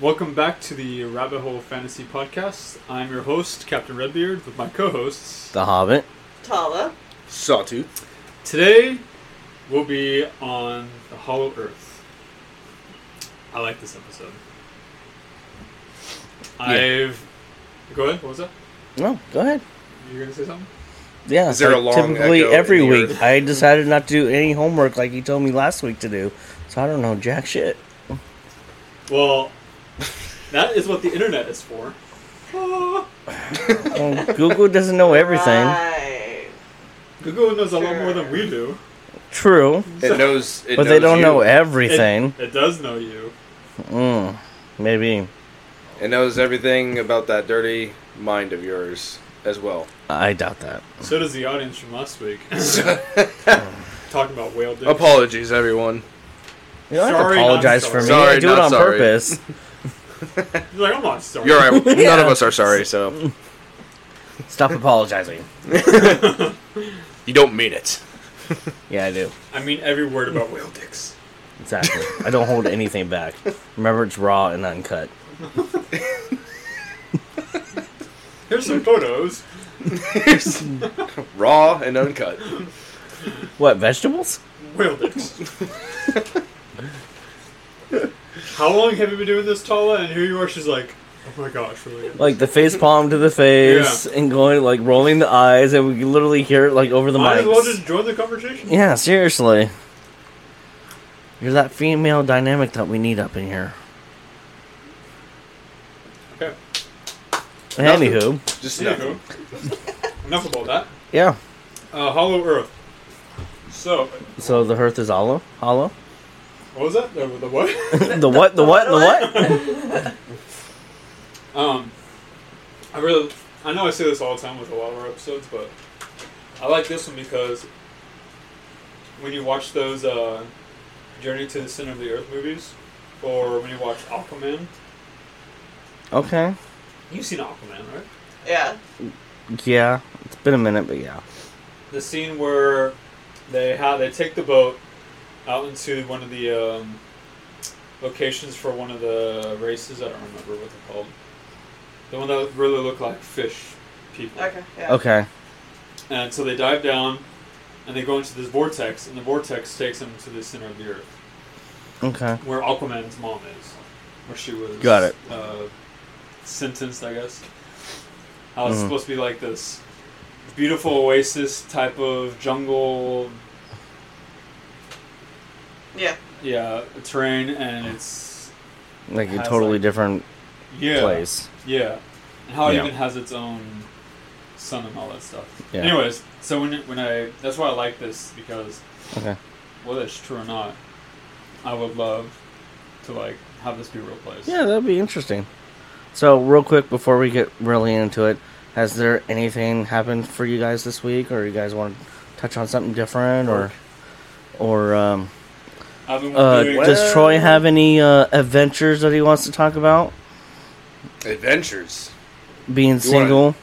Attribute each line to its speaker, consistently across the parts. Speaker 1: Welcome back to the Rabbit Hole Fantasy Podcast. I'm your host, Captain Redbeard, with my co hosts.
Speaker 2: The Hobbit.
Speaker 3: Tala.
Speaker 4: Sawtooth.
Speaker 1: Today, we'll be on the Hollow Earth. I like this episode. I've. Go ahead, what was that?
Speaker 2: No, Oh, go ahead.
Speaker 1: You were going to say something?
Speaker 2: Yeah,
Speaker 4: Is there a long
Speaker 2: typically
Speaker 4: echo
Speaker 2: every
Speaker 4: in the
Speaker 2: week.
Speaker 4: earth?
Speaker 2: I decided not to do any homework like he told me last week to do, so I don't know jack shit.
Speaker 1: Well, that is what the internet is for. Ah.
Speaker 2: Well, Google doesn't know everything.
Speaker 3: Right.
Speaker 1: Google knows a lot more than
Speaker 3: Sure.
Speaker 1: we do.
Speaker 2: True,
Speaker 4: It knows. It
Speaker 2: but they
Speaker 4: knows
Speaker 2: don't
Speaker 4: you.
Speaker 2: know
Speaker 1: It-
Speaker 2: everything.
Speaker 1: It, does know you.
Speaker 2: Mm, maybe
Speaker 4: It knows everything about that dirty mind of yours as well.
Speaker 2: I doubt that.
Speaker 1: So does the audience from last week. Talking about whale dick.
Speaker 4: Apologies, everyone.
Speaker 2: You
Speaker 1: Sorry,
Speaker 2: don't have to
Speaker 1: not
Speaker 2: apologize for
Speaker 1: sorry.
Speaker 2: me. I
Speaker 4: Sorry,
Speaker 2: do it
Speaker 4: not
Speaker 2: on
Speaker 4: sorry.
Speaker 2: purpose.
Speaker 1: You're like, I'm not sorry.
Speaker 4: You're right. None
Speaker 2: Yeah.
Speaker 4: of us are sorry, so
Speaker 2: Stop apologizing.
Speaker 4: you don't mean it.
Speaker 2: Yeah, I do.
Speaker 1: I mean every word about whale dicks.
Speaker 2: Exactly. I don't hold anything back. Remember, it's raw and uncut.
Speaker 1: Here's some photos.
Speaker 4: Raw and uncut.
Speaker 2: What vegetables?
Speaker 1: Whale dicks. How long have you been doing this, Tala? And here you are. She's like, oh my gosh, really?
Speaker 2: Like the face palm to the face and going like rolling the eyes, and we can literally hear it like over the
Speaker 1: Might as
Speaker 2: mic.
Speaker 1: well just join the conversation.
Speaker 2: Yeah, seriously. You're that female dynamic that we need up in here.
Speaker 1: Okay.
Speaker 2: Anywho,
Speaker 4: Just
Speaker 1: Anywho,
Speaker 4: nothing.
Speaker 1: enough about that.
Speaker 2: yeah.
Speaker 1: Uh, Hollow Earth. So,
Speaker 2: So the hearth is hollow. Hollow.
Speaker 1: what was that? The, the what?
Speaker 2: the what? The what? The what?
Speaker 1: um, I really, I know I say this all the time with a lot of our episodes, but I like this one because when you watch those uh, Journey to the Center of the Earth movies, or when you watch Aquaman,
Speaker 2: Okay.
Speaker 1: you've seen Aquaman, right?
Speaker 3: Yeah.
Speaker 2: Yeah, it's been a minute, but yeah.
Speaker 1: the scene where they have they take the boat out into one of the um, locations for one of the races. I don't remember what they're called. The one that really look like fish people.
Speaker 3: Okay. Yeah.
Speaker 2: Okay.
Speaker 1: And so they dive down, and they go into this vortex, and the vortex takes them to the center of the earth,
Speaker 2: Okay.
Speaker 1: where Aquaman's mom is, where she was.
Speaker 2: Got it.
Speaker 1: Uh, sentenced, I guess. How it's
Speaker 2: Mhm.
Speaker 1: supposed to be like this beautiful oasis type of jungle
Speaker 3: Yeah.
Speaker 1: Yeah, a terrain and it's
Speaker 2: Like a
Speaker 1: Has,
Speaker 2: totally
Speaker 1: like-
Speaker 2: different
Speaker 1: yeah,
Speaker 2: place.
Speaker 1: yeah, and how it
Speaker 2: Yeah.
Speaker 1: even has its own sun and all that stuff.
Speaker 2: Yeah.
Speaker 1: Anyways, so when when I that's why I like this because
Speaker 2: Okay.
Speaker 1: whether it's true or not, I would love to like have this be a real place.
Speaker 2: Yeah, that'd be interesting. So, real quick before we get really into it, has there anything happened for you guys this week, or you guys want to touch on something different, or, or um,
Speaker 1: I've been
Speaker 2: uh,
Speaker 1: doing,
Speaker 2: does Troy have any uh, adventures that he wants to talk about?
Speaker 4: Adventures.
Speaker 2: Being
Speaker 4: You wanna-
Speaker 2: single,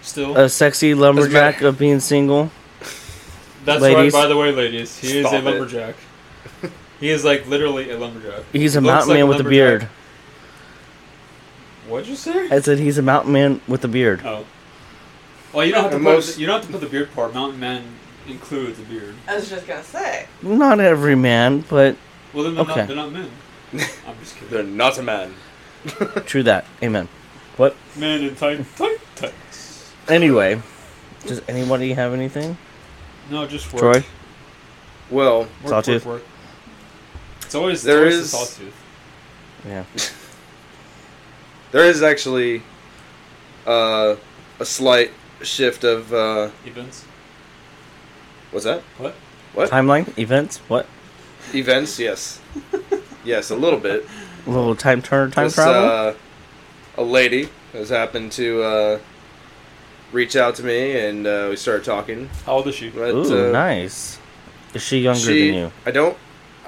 Speaker 1: still.
Speaker 2: a sexy lumberjack of being single.
Speaker 1: that's
Speaker 2: ladies.
Speaker 1: right. By the way, ladies, he is
Speaker 4: Stop
Speaker 1: a
Speaker 4: it.
Speaker 1: lumberjack. he is like literally a lumberjack.
Speaker 2: He's a
Speaker 1: Looks
Speaker 2: mountain
Speaker 1: like
Speaker 2: man with a
Speaker 1: lumberjack.
Speaker 2: beard.
Speaker 1: What'd you say?
Speaker 2: I said he's a mountain man with a beard.
Speaker 1: Oh. Well, you don't have to
Speaker 4: The
Speaker 1: put
Speaker 4: most-
Speaker 1: you don't have to put the beard part. Mountain man includes a beard.
Speaker 3: I was just gonna say.
Speaker 2: Not every man, but
Speaker 1: Well, then they're,
Speaker 2: Okay.
Speaker 1: not, they're not men. I'm just kidding.
Speaker 4: They're not a man.
Speaker 2: true that. Amen. What?
Speaker 1: men in tight, tight tights.
Speaker 2: Anyway, does anybody have anything?
Speaker 1: No, just work.
Speaker 2: Troy.
Speaker 4: Well,
Speaker 1: Work,
Speaker 2: Sawtooth.
Speaker 1: Work, work. It's always
Speaker 4: There
Speaker 1: there is
Speaker 4: is-
Speaker 1: the sawtooth.
Speaker 2: Yeah.
Speaker 4: there is actually uh, a slight shift of uh,
Speaker 1: Events.
Speaker 4: what's that?
Speaker 1: What?
Speaker 2: Timeline, events, what?
Speaker 4: Events. Yes. yes, a little bit.
Speaker 2: A little time turn, time
Speaker 4: This,
Speaker 2: travel.
Speaker 4: Uh, a lady has happened to uh, reach out to me, and uh, we started talking.
Speaker 1: How old is she?
Speaker 4: But,
Speaker 2: Ooh,
Speaker 4: uh,
Speaker 2: nice. Is she younger
Speaker 4: she-
Speaker 2: than you?
Speaker 4: I don't.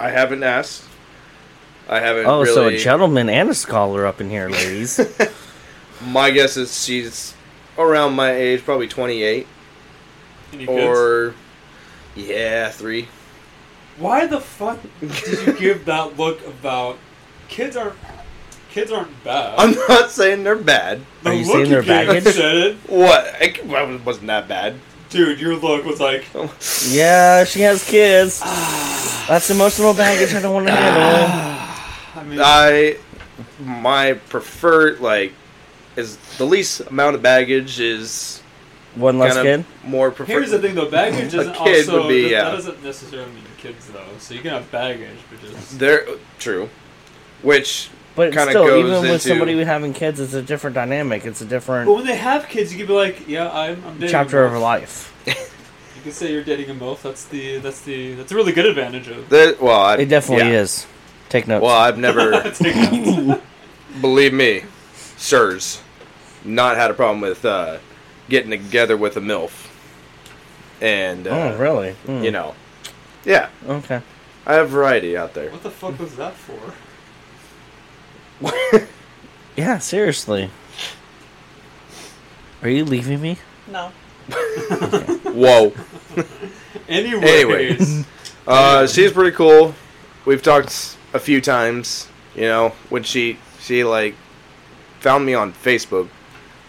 Speaker 4: I haven't asked. I haven't.
Speaker 2: Oh,
Speaker 4: really,
Speaker 2: so a gentleman and a scholar up in here, ladies.
Speaker 4: My guess is she's around my age, probably 28
Speaker 1: Any kids?
Speaker 4: or yeah, three.
Speaker 1: Why the fuck did you give that look about kids are? kids aren't bad.
Speaker 4: I'm not saying they're bad.
Speaker 1: The
Speaker 2: Are you
Speaker 1: look
Speaker 2: seeing their
Speaker 1: gave
Speaker 2: baggage?
Speaker 1: said it.
Speaker 4: What? I, c- I wasn't that bad.
Speaker 1: Dude, your look was like,
Speaker 2: Yeah, she has kids. That's emotional baggage I don't want to handle.
Speaker 1: I mean,
Speaker 4: I my preferred like is the least amount of baggage is
Speaker 2: One less
Speaker 4: kind
Speaker 2: kid.
Speaker 4: of more preferred.
Speaker 1: here's the thing though, baggage
Speaker 4: A
Speaker 1: isn't
Speaker 4: kid
Speaker 1: also,
Speaker 4: would be,
Speaker 1: that,
Speaker 4: yeah.
Speaker 1: that doesn't necessarily mean kids though. So you can have baggage, but just,
Speaker 4: There, true. Which
Speaker 2: But
Speaker 4: kinda
Speaker 2: still,
Speaker 4: goes
Speaker 2: even
Speaker 4: into-
Speaker 2: with somebody with having kids, it's a different dynamic. It's a
Speaker 1: but
Speaker 2: different
Speaker 1: when they have kids, you can be like, yeah, I'm, I'm dating
Speaker 2: chapter
Speaker 1: a
Speaker 2: of her
Speaker 1: MILF.
Speaker 2: life.
Speaker 1: You can say you're dating a MILF. That's the, that's the, that's a really good advantage of.
Speaker 4: there, well, I,
Speaker 2: It definitely
Speaker 4: yeah.
Speaker 2: is. Take notes.
Speaker 4: Well, I've never
Speaker 1: Take that.
Speaker 4: believe me, sirs, not had a problem with uh, getting together with a milf. And uh,
Speaker 2: oh, really? Hmm.
Speaker 4: you know, yeah,
Speaker 2: Okay.
Speaker 4: I have variety out there.
Speaker 1: what the fuck was that for?
Speaker 2: Yeah, seriously. Are you leaving me?
Speaker 3: No.
Speaker 4: Whoa.
Speaker 1: Anyways,
Speaker 4: Anyways. Uh, she's pretty cool. We've talked a few times. You know, when she she like found me on Facebook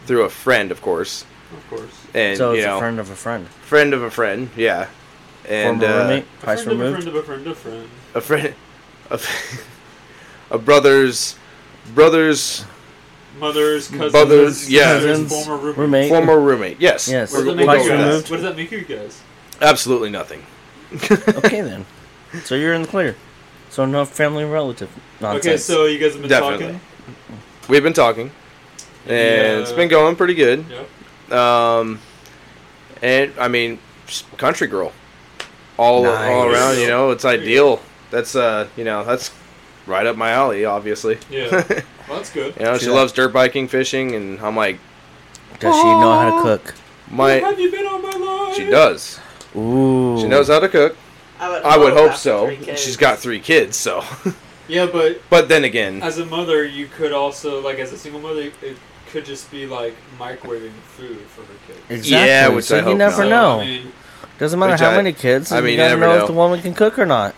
Speaker 4: through a friend, of course,
Speaker 1: of course.
Speaker 4: and
Speaker 2: so
Speaker 4: you
Speaker 2: it's
Speaker 4: know,
Speaker 2: a
Speaker 4: friend.
Speaker 2: friend of a friend.
Speaker 4: of a friend, yeah, and
Speaker 2: Former
Speaker 4: uh,
Speaker 2: roommate,
Speaker 1: A friend
Speaker 2: twice
Speaker 1: of a
Speaker 2: removed.
Speaker 1: friend of a friend of a friend.
Speaker 4: a friend, a, f- a brother's brother's
Speaker 1: Mothers, cousins,
Speaker 4: Brothers, yeah.
Speaker 1: sisters,
Speaker 2: Cousins,
Speaker 1: former roommates.
Speaker 2: roommate.
Speaker 4: former roommate. Yes,
Speaker 2: Yes.
Speaker 1: What
Speaker 4: We're,
Speaker 1: does, that
Speaker 4: we'll
Speaker 1: make
Speaker 4: go
Speaker 1: you
Speaker 4: with that.
Speaker 1: guys? what does that make you guys?
Speaker 4: Absolutely nothing.
Speaker 2: okay then. So you're in the clear. So no family relative nonsense.
Speaker 1: Okay, so you guys have been
Speaker 4: Definitely.
Speaker 1: talking.
Speaker 4: We've been talking, and it's
Speaker 1: Yeah.
Speaker 4: been going pretty good.
Speaker 1: Yep.
Speaker 4: Um, and I mean, s- country girl, all all
Speaker 2: Nice.
Speaker 4: around. You know, it's ideal. That's uh, you know, that's right up my alley. Obviously,
Speaker 1: Yeah. Well, that's good.
Speaker 4: you know, she
Speaker 2: Yeah.
Speaker 4: loves dirt biking, fishing, and I'm like,
Speaker 2: does she know how to cook?
Speaker 1: Where
Speaker 4: my
Speaker 1: have you been all my life?
Speaker 4: she does.
Speaker 2: Ooh.
Speaker 4: She knows how to cook.
Speaker 3: I would,
Speaker 4: I
Speaker 3: love
Speaker 4: would hope
Speaker 3: that for
Speaker 4: so.
Speaker 3: three kids.
Speaker 4: She's got three kids, so.
Speaker 1: Yeah, but
Speaker 4: but then again,
Speaker 1: as a mother, you could also like as a single mother, it could just be like microwaving food for her kids.
Speaker 2: Exactly.
Speaker 4: Yeah, which
Speaker 2: so
Speaker 4: I
Speaker 2: you
Speaker 4: hope
Speaker 2: never
Speaker 1: So,
Speaker 2: know.
Speaker 1: I mean,
Speaker 2: Doesn't matter
Speaker 4: Which
Speaker 2: how
Speaker 4: I-
Speaker 2: many kids.
Speaker 4: I
Speaker 2: I mean,
Speaker 4: mean,
Speaker 2: you
Speaker 4: you
Speaker 2: gotta
Speaker 4: never
Speaker 2: know, if
Speaker 4: know.
Speaker 2: the woman can cook or not.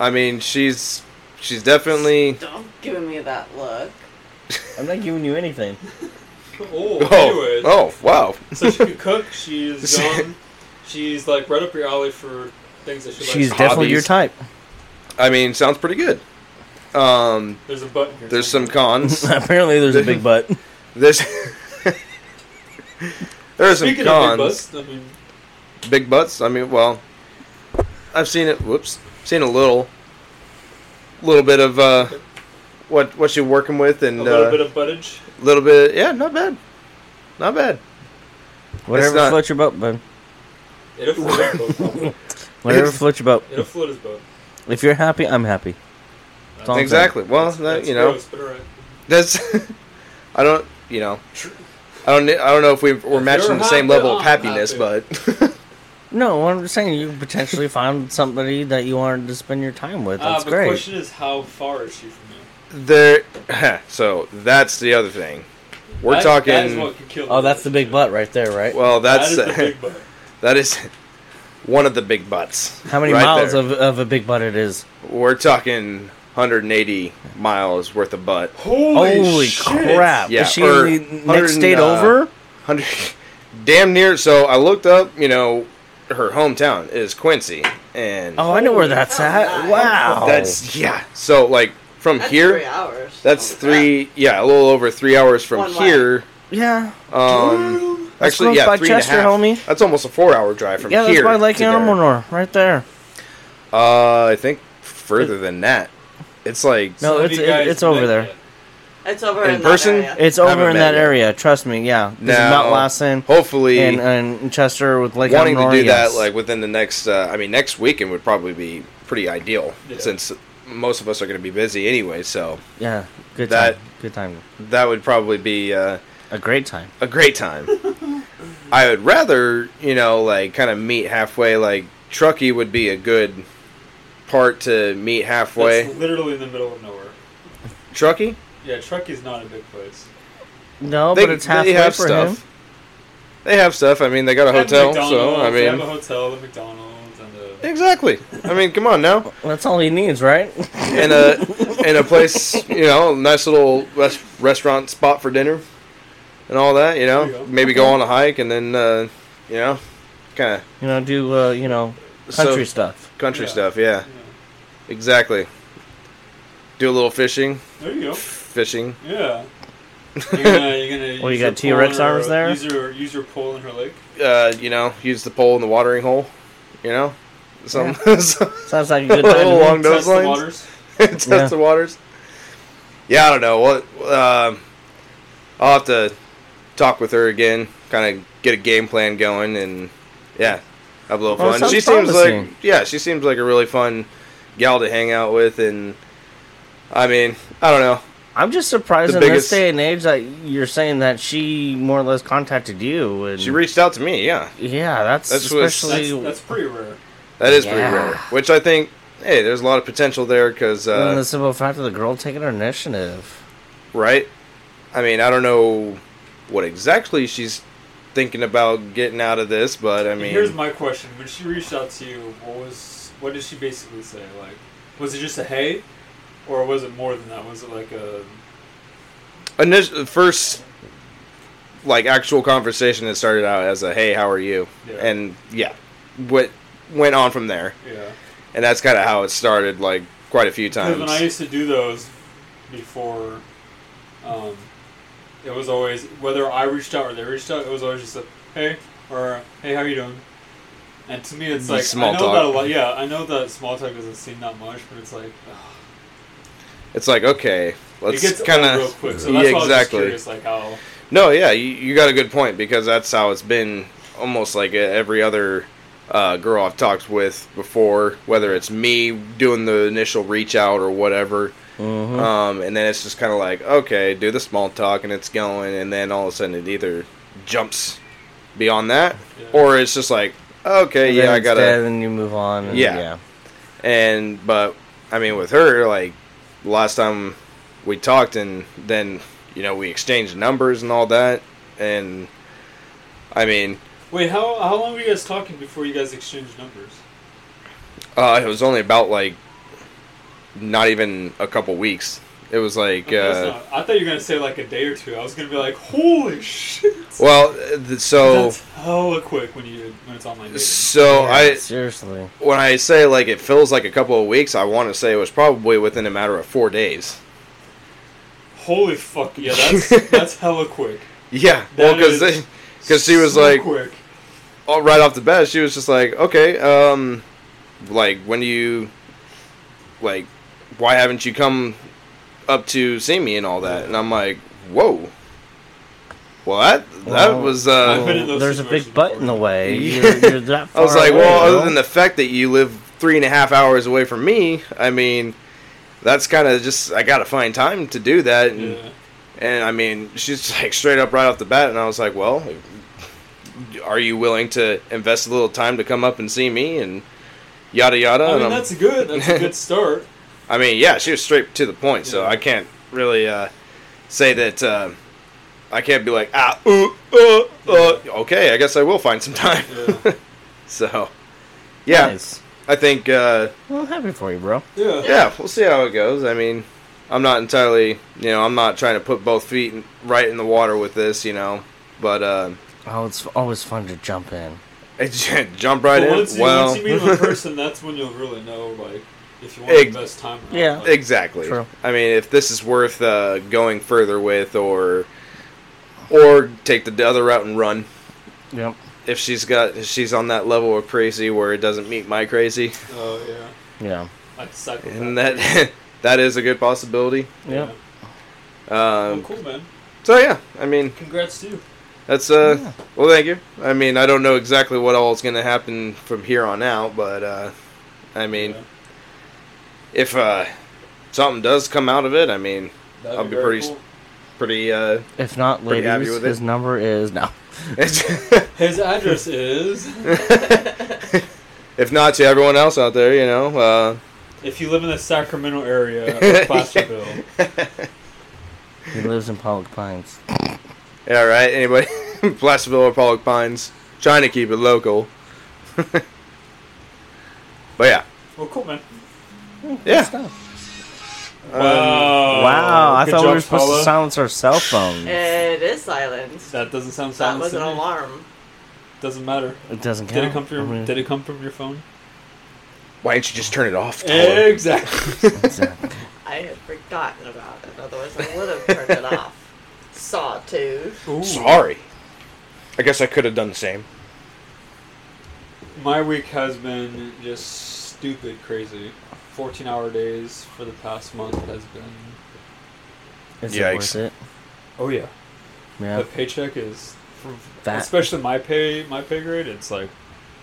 Speaker 4: I mean, she's she's definitely.
Speaker 3: Don't give me that look.
Speaker 2: I'm not giving you anything.
Speaker 1: oh,
Speaker 4: Oh,
Speaker 1: anyways.
Speaker 4: oh, wow.
Speaker 1: So she can cook. She's young. She's like right up your alley for things that she
Speaker 2: She's
Speaker 1: likes.
Speaker 2: definitely your
Speaker 4: hobbies.
Speaker 2: type.
Speaker 4: I mean, sounds pretty good. Um,
Speaker 1: There's a button here.
Speaker 4: there's some
Speaker 1: somewhere.
Speaker 4: cons.
Speaker 2: Apparently, there's a big butt.
Speaker 4: There's there are some
Speaker 1: Speaking
Speaker 4: cons.
Speaker 1: of big butts, I mean,
Speaker 4: Big butts, I mean, well, I've seen it. Whoops, seen a little, little bit of uh, what what you're working with, and
Speaker 1: a little
Speaker 4: uh,
Speaker 1: bit of buttage.
Speaker 4: little bit. Yeah, not bad, not bad.
Speaker 2: Whatever
Speaker 4: not-
Speaker 2: floats your boat, bud.
Speaker 1: It'll float his boat.
Speaker 2: Whatever
Speaker 4: It's-
Speaker 2: floats your boat.
Speaker 1: It'll float his boat.
Speaker 2: If you're happy, I'm happy. That's all I'm saying.
Speaker 4: exactly. Well, that,
Speaker 1: That's
Speaker 4: you know,
Speaker 1: gross, but all right.
Speaker 4: that's. I don't, you know, I don't. I don't know if we we're
Speaker 1: If
Speaker 4: matching
Speaker 1: you're
Speaker 4: the same
Speaker 1: happy,
Speaker 4: level of
Speaker 1: I'm
Speaker 4: happiness,
Speaker 1: happy.
Speaker 4: but
Speaker 2: No, what I'm just saying, you potentially found somebody that you wanted to spend your time with.
Speaker 1: Uh,
Speaker 2: That's
Speaker 1: but the
Speaker 2: great.
Speaker 1: question is, how far is she from you?
Speaker 4: there. So that's the other thing. We're
Speaker 1: That-
Speaker 4: talking.
Speaker 1: That is what can kill
Speaker 2: Oh, that's the big butt right there, right?
Speaker 4: Well, that's
Speaker 1: that is the big butt.
Speaker 4: that is one of the big butts.
Speaker 2: How many
Speaker 4: right
Speaker 2: miles
Speaker 4: there.
Speaker 2: of, of a big butt it is?
Speaker 4: We're talking 180 miles worth of butt.
Speaker 1: Holy,
Speaker 2: Holy,
Speaker 1: shit.
Speaker 2: crap!
Speaker 4: Yeah,
Speaker 2: is she
Speaker 4: or
Speaker 2: in the
Speaker 4: 100
Speaker 2: next state
Speaker 4: uh,
Speaker 2: over?
Speaker 4: 100, damn near. So I looked up. You know, her hometown is Quincy, and
Speaker 2: Oh, I know where that's
Speaker 3: Oh,
Speaker 2: at.
Speaker 3: nice.
Speaker 2: Wow,
Speaker 4: that's yeah. So like from
Speaker 3: That's
Speaker 4: here,
Speaker 3: three hours.
Speaker 4: that's
Speaker 3: Oh, crap.
Speaker 4: three. Yeah, a little over three hours from
Speaker 3: One way.
Speaker 4: here.
Speaker 2: yeah.
Speaker 4: Um,
Speaker 2: That's
Speaker 4: actually,
Speaker 2: close
Speaker 4: yeah,
Speaker 2: by
Speaker 4: three and a
Speaker 2: Chester,
Speaker 4: half.
Speaker 2: homie.
Speaker 4: That's almost a four-hour drive from
Speaker 2: yeah,
Speaker 4: here.
Speaker 2: that's by Lake
Speaker 4: to there.
Speaker 2: Elmore, right there.
Speaker 4: Uh, I think further than that. It's like
Speaker 1: Some
Speaker 2: No,
Speaker 1: of
Speaker 2: it's-
Speaker 1: you
Speaker 2: it-
Speaker 1: guys
Speaker 2: it's over
Speaker 1: met
Speaker 2: there.
Speaker 1: yet.
Speaker 3: It's over
Speaker 4: In
Speaker 3: in, that
Speaker 4: person?
Speaker 3: area.
Speaker 2: It's
Speaker 4: Haven't
Speaker 2: over in
Speaker 4: been
Speaker 2: that
Speaker 4: yet.
Speaker 2: area. Trust me. Yeah, this is
Speaker 4: Now-
Speaker 2: Mount Lassen
Speaker 4: hopefully
Speaker 2: and, and Chester with Lake
Speaker 4: wanting
Speaker 2: Elmore.
Speaker 4: to do
Speaker 2: yes.
Speaker 4: that like within the next. Uh, I mean, next weekend would probably be pretty ideal
Speaker 1: Yeah.
Speaker 4: since most of us are going to be busy anyway. So
Speaker 2: yeah, good
Speaker 4: that-
Speaker 2: time. Good time.
Speaker 4: that would probably be uh,
Speaker 2: A great time.
Speaker 4: a great time. I would rather you know like kind of meet halfway. Like Truckee would be a good part to meet halfway.
Speaker 1: That's literally in the middle of nowhere.
Speaker 4: Truckee,
Speaker 1: Yeah, Truckee's not a big place.
Speaker 2: No, Oh, but it's halfway for him.
Speaker 4: They have stuff. I mean, they got a
Speaker 1: They have
Speaker 4: hotel, so
Speaker 1: McDonald's,
Speaker 4: I
Speaker 1: they have a
Speaker 4: mean,
Speaker 1: hotel, the McDonald's, and the
Speaker 4: Exactly. I mean, come on now.
Speaker 2: That's all he needs, right?
Speaker 4: In a in a place, you know, nice little res- restaurant spot for dinner, and all that. You know,
Speaker 1: There you go.
Speaker 4: maybe go on a hike and then, uh, you know, kind
Speaker 2: You know, do uh, you know
Speaker 4: of
Speaker 2: country stuff.
Speaker 4: country
Speaker 1: Yeah.
Speaker 4: stuff. Yeah,
Speaker 1: Yeah.
Speaker 4: exactly. Do a little fishing,
Speaker 1: There you go.
Speaker 4: fishing.
Speaker 1: Yeah. You're gonna, you're gonna
Speaker 2: What, you
Speaker 1: use
Speaker 2: got
Speaker 1: her
Speaker 2: T-Rex
Speaker 1: pole in her-
Speaker 2: arms there?
Speaker 1: Use your, use your pole in her leg.
Speaker 4: Uh, you know, use the pole in the watering hole. You know, some
Speaker 2: Sounds like a good time.
Speaker 4: Oh,
Speaker 2: to
Speaker 4: long
Speaker 2: me.
Speaker 4: Those
Speaker 1: Test the
Speaker 4: lines?
Speaker 1: waters.
Speaker 4: test
Speaker 2: Yeah.
Speaker 4: the waters. Yeah, I don't know. What um I'll have to talk with her again, kind of get a game plan going, and yeah, have a little
Speaker 2: Well, it
Speaker 4: fun. she
Speaker 2: Oh, sounds
Speaker 4: seems like
Speaker 2: promising.
Speaker 4: yeah, she seems like a really fun gal to hang out with, and I mean, I don't know.
Speaker 2: I'm just surprised
Speaker 4: The
Speaker 2: in
Speaker 4: biggest-
Speaker 2: this day and age that you're saying that she more or less contacted you. And
Speaker 4: She reached out to me. Yeah,
Speaker 2: yeah, that's,
Speaker 4: That's what-
Speaker 1: That's,
Speaker 2: especially
Speaker 1: that's pretty rare.
Speaker 4: that is
Speaker 2: Yeah.
Speaker 4: pretty rare. Which I think, hey, there's a lot of potential there because
Speaker 2: and
Speaker 4: uh,
Speaker 2: the simple fact of the girl taking her initiative.
Speaker 4: right? I mean, I don't know what exactly she's thinking about getting out of this, but I mean,
Speaker 1: Here's my question: When she reached out to you, what was what did she basically say? Like, was it just a hey, or was it more than that? Was it like a
Speaker 4: initial first like actual conversation that started out as a hey how are you
Speaker 1: Yeah.
Speaker 4: and yeah what went on from there
Speaker 1: yeah?
Speaker 4: and that's kind of how it started like quite a few
Speaker 1: Because when I
Speaker 4: times
Speaker 1: used to do those before, um, it was always whether I reached out or they reached out. It was always just a hey or hey, how you doing? And to me, it's
Speaker 4: Just
Speaker 1: like
Speaker 4: small
Speaker 1: I know
Speaker 4: talk.
Speaker 1: that a lot. Yeah, I know that small talk doesn't seem that much, but it's like ugh,
Speaker 4: it's like okay
Speaker 1: it
Speaker 4: let's
Speaker 1: gets old
Speaker 4: kind
Speaker 1: real
Speaker 4: of
Speaker 1: quick. So
Speaker 4: yeah,
Speaker 1: that's why I was just
Speaker 4: exactly.
Speaker 1: curious, like how
Speaker 4: no yeah you, you got a good point because that's how it's been almost like uh, every other uh, girl i've talked with before whether it's me doing the initial reach out or whatever
Speaker 2: Mm-hmm.
Speaker 4: Um, and then it's just kind of like, okay, do the small talk, and it's going, and then all of a sudden it either jumps beyond that,
Speaker 1: Yeah.
Speaker 4: or it's just like, okay, yeah, I gotta.
Speaker 2: Dead and you move on. And
Speaker 4: Yeah.
Speaker 2: yeah.
Speaker 4: And but I mean, with her, like last time we talked, and then you know we exchanged numbers and all that, and I mean,
Speaker 1: Wait, how how long were you guys talking before you guys exchanged numbers?
Speaker 4: uh, it was only about like not even a couple weeks. It was like.
Speaker 1: Okay, that's
Speaker 4: uh,
Speaker 1: not- I thought you were gonna say like a day or two. I was gonna be like, holy shit!
Speaker 4: well, th- so
Speaker 1: that's hella quick when you when it's online dating.
Speaker 4: so
Speaker 2: Yeah,
Speaker 4: I
Speaker 2: seriously.
Speaker 4: when I say like it feels like a couple of weeks, I want to say it was probably within a matter of four days.
Speaker 1: Holy fuck! Yeah, that's that's hella quick.
Speaker 4: Yeah, well,
Speaker 1: That
Speaker 4: because
Speaker 1: is
Speaker 4: because she was
Speaker 1: So
Speaker 4: like
Speaker 1: quick.
Speaker 4: all right off the bat, she was just like, okay, um, like when do you, like, why haven't you come up to see me and all that? And I'm like, whoa. Well, that that
Speaker 2: Well,
Speaker 4: was
Speaker 1: I've been
Speaker 4: uh,
Speaker 1: in those
Speaker 2: There's a
Speaker 1: situations
Speaker 2: big butt in the
Speaker 1: before.
Speaker 2: way.
Speaker 4: Yeah.
Speaker 2: You're, you're that
Speaker 4: I was
Speaker 2: far
Speaker 4: like,
Speaker 2: away,
Speaker 4: well,
Speaker 2: girl.
Speaker 4: other than the fact that you live three and a half hours away from me, I mean, that's kind of just I gotta find time to do that and.
Speaker 1: Yeah.
Speaker 4: And I mean, she's like straight up right off the bat, and I was like, "Well, are you willing to invest a little time to come up and see me?" And yada yada.
Speaker 1: I
Speaker 4: and
Speaker 1: mean,
Speaker 4: I'm-
Speaker 1: that's good. That's a good start.
Speaker 4: I mean, yeah, she was straight to the point, so
Speaker 1: Yeah.
Speaker 4: I can't really uh, say that uh, I can't be like, "Ah, ooh, uh, uh, okay, I guess I will find some time."
Speaker 1: Yeah.
Speaker 4: so, yeah,
Speaker 2: Nice.
Speaker 4: I think, uh,
Speaker 2: Well, I'm happy for you, bro.
Speaker 1: Yeah.
Speaker 4: yeah, we'll see how it goes. I mean, I'm not entirely, you know, I'm not trying to put both feet in- right in the water with this, you know, but. Uh,
Speaker 2: Oh, it's always fun to jump in.
Speaker 4: It j- jump right
Speaker 1: But
Speaker 4: in.
Speaker 1: once, you,
Speaker 4: well,
Speaker 1: once you meet them in person, that's when you'll really know like if you want
Speaker 4: Ex-
Speaker 1: the best time. Or not.
Speaker 2: Yeah.
Speaker 1: Like,
Speaker 4: exactly.
Speaker 2: True.
Speaker 4: I mean, if this is worth uh, going further with, or or take the other route and run.
Speaker 2: Yep.
Speaker 4: If she's got, if she's on that level of crazy where it doesn't meet my crazy,
Speaker 1: Oh yeah.
Speaker 2: Yeah.
Speaker 1: I'd cycle
Speaker 4: and that that is a good possibility.
Speaker 2: Yep.
Speaker 1: Oh,
Speaker 4: Um,
Speaker 1: cool, man.
Speaker 4: so yeah, I mean,
Speaker 1: Congrats to you.
Speaker 4: that's uh,
Speaker 2: Yeah.
Speaker 4: well, thank you. I mean, I don't know exactly what all is going to happen from here on out, but uh, I mean,
Speaker 1: Yeah.
Speaker 4: if uh, something does come out of it, I mean,
Speaker 1: That'd
Speaker 4: I'll be
Speaker 1: very
Speaker 4: pretty- pretty uh,
Speaker 2: If not,
Speaker 4: Pretty happy
Speaker 2: ladies,
Speaker 4: with it.
Speaker 2: his number is no.
Speaker 1: His address is.
Speaker 4: if not to everyone else out there, you know, uh,
Speaker 1: If you live in the Sacramento area, of Placerville.
Speaker 2: He lives in Pollock Pines.
Speaker 4: yeah, right. Anybody, Placerville or Pollock Pines, trying to keep it local. But yeah,
Speaker 1: Well, cool, man.
Speaker 4: yeah. Um,
Speaker 1: Wow.
Speaker 2: wow, I
Speaker 1: Uh, Good
Speaker 2: thought we
Speaker 1: job,
Speaker 2: were supposed
Speaker 1: Paula.
Speaker 2: to silence our cell phones.
Speaker 3: It is silence.
Speaker 1: That doesn't sound
Speaker 3: That
Speaker 1: silent.
Speaker 3: was
Speaker 1: to
Speaker 3: an
Speaker 1: me.
Speaker 3: alarm.
Speaker 1: Doesn't matter.
Speaker 2: it doesn't count.
Speaker 1: Did it come from?
Speaker 2: I
Speaker 1: Your,
Speaker 2: mean,
Speaker 1: did it come from your phone?
Speaker 4: Why didn't you just turn it off? Tyler?
Speaker 1: Exactly.
Speaker 2: exactly.
Speaker 3: I had forgotten about it. Otherwise, I would have turned it off. Sawtooth.
Speaker 1: Ooh.
Speaker 4: Sorry. I guess I could have done the same.
Speaker 1: My week has been just stupid crazy. 14 hour days for the past month has been.
Speaker 2: Is
Speaker 4: Yikes.
Speaker 2: it worth it?
Speaker 1: Oh, yeah.
Speaker 2: Yeah,
Speaker 1: The paycheck is. From,
Speaker 2: Fat.
Speaker 1: Especially my pay my pay grade, it's like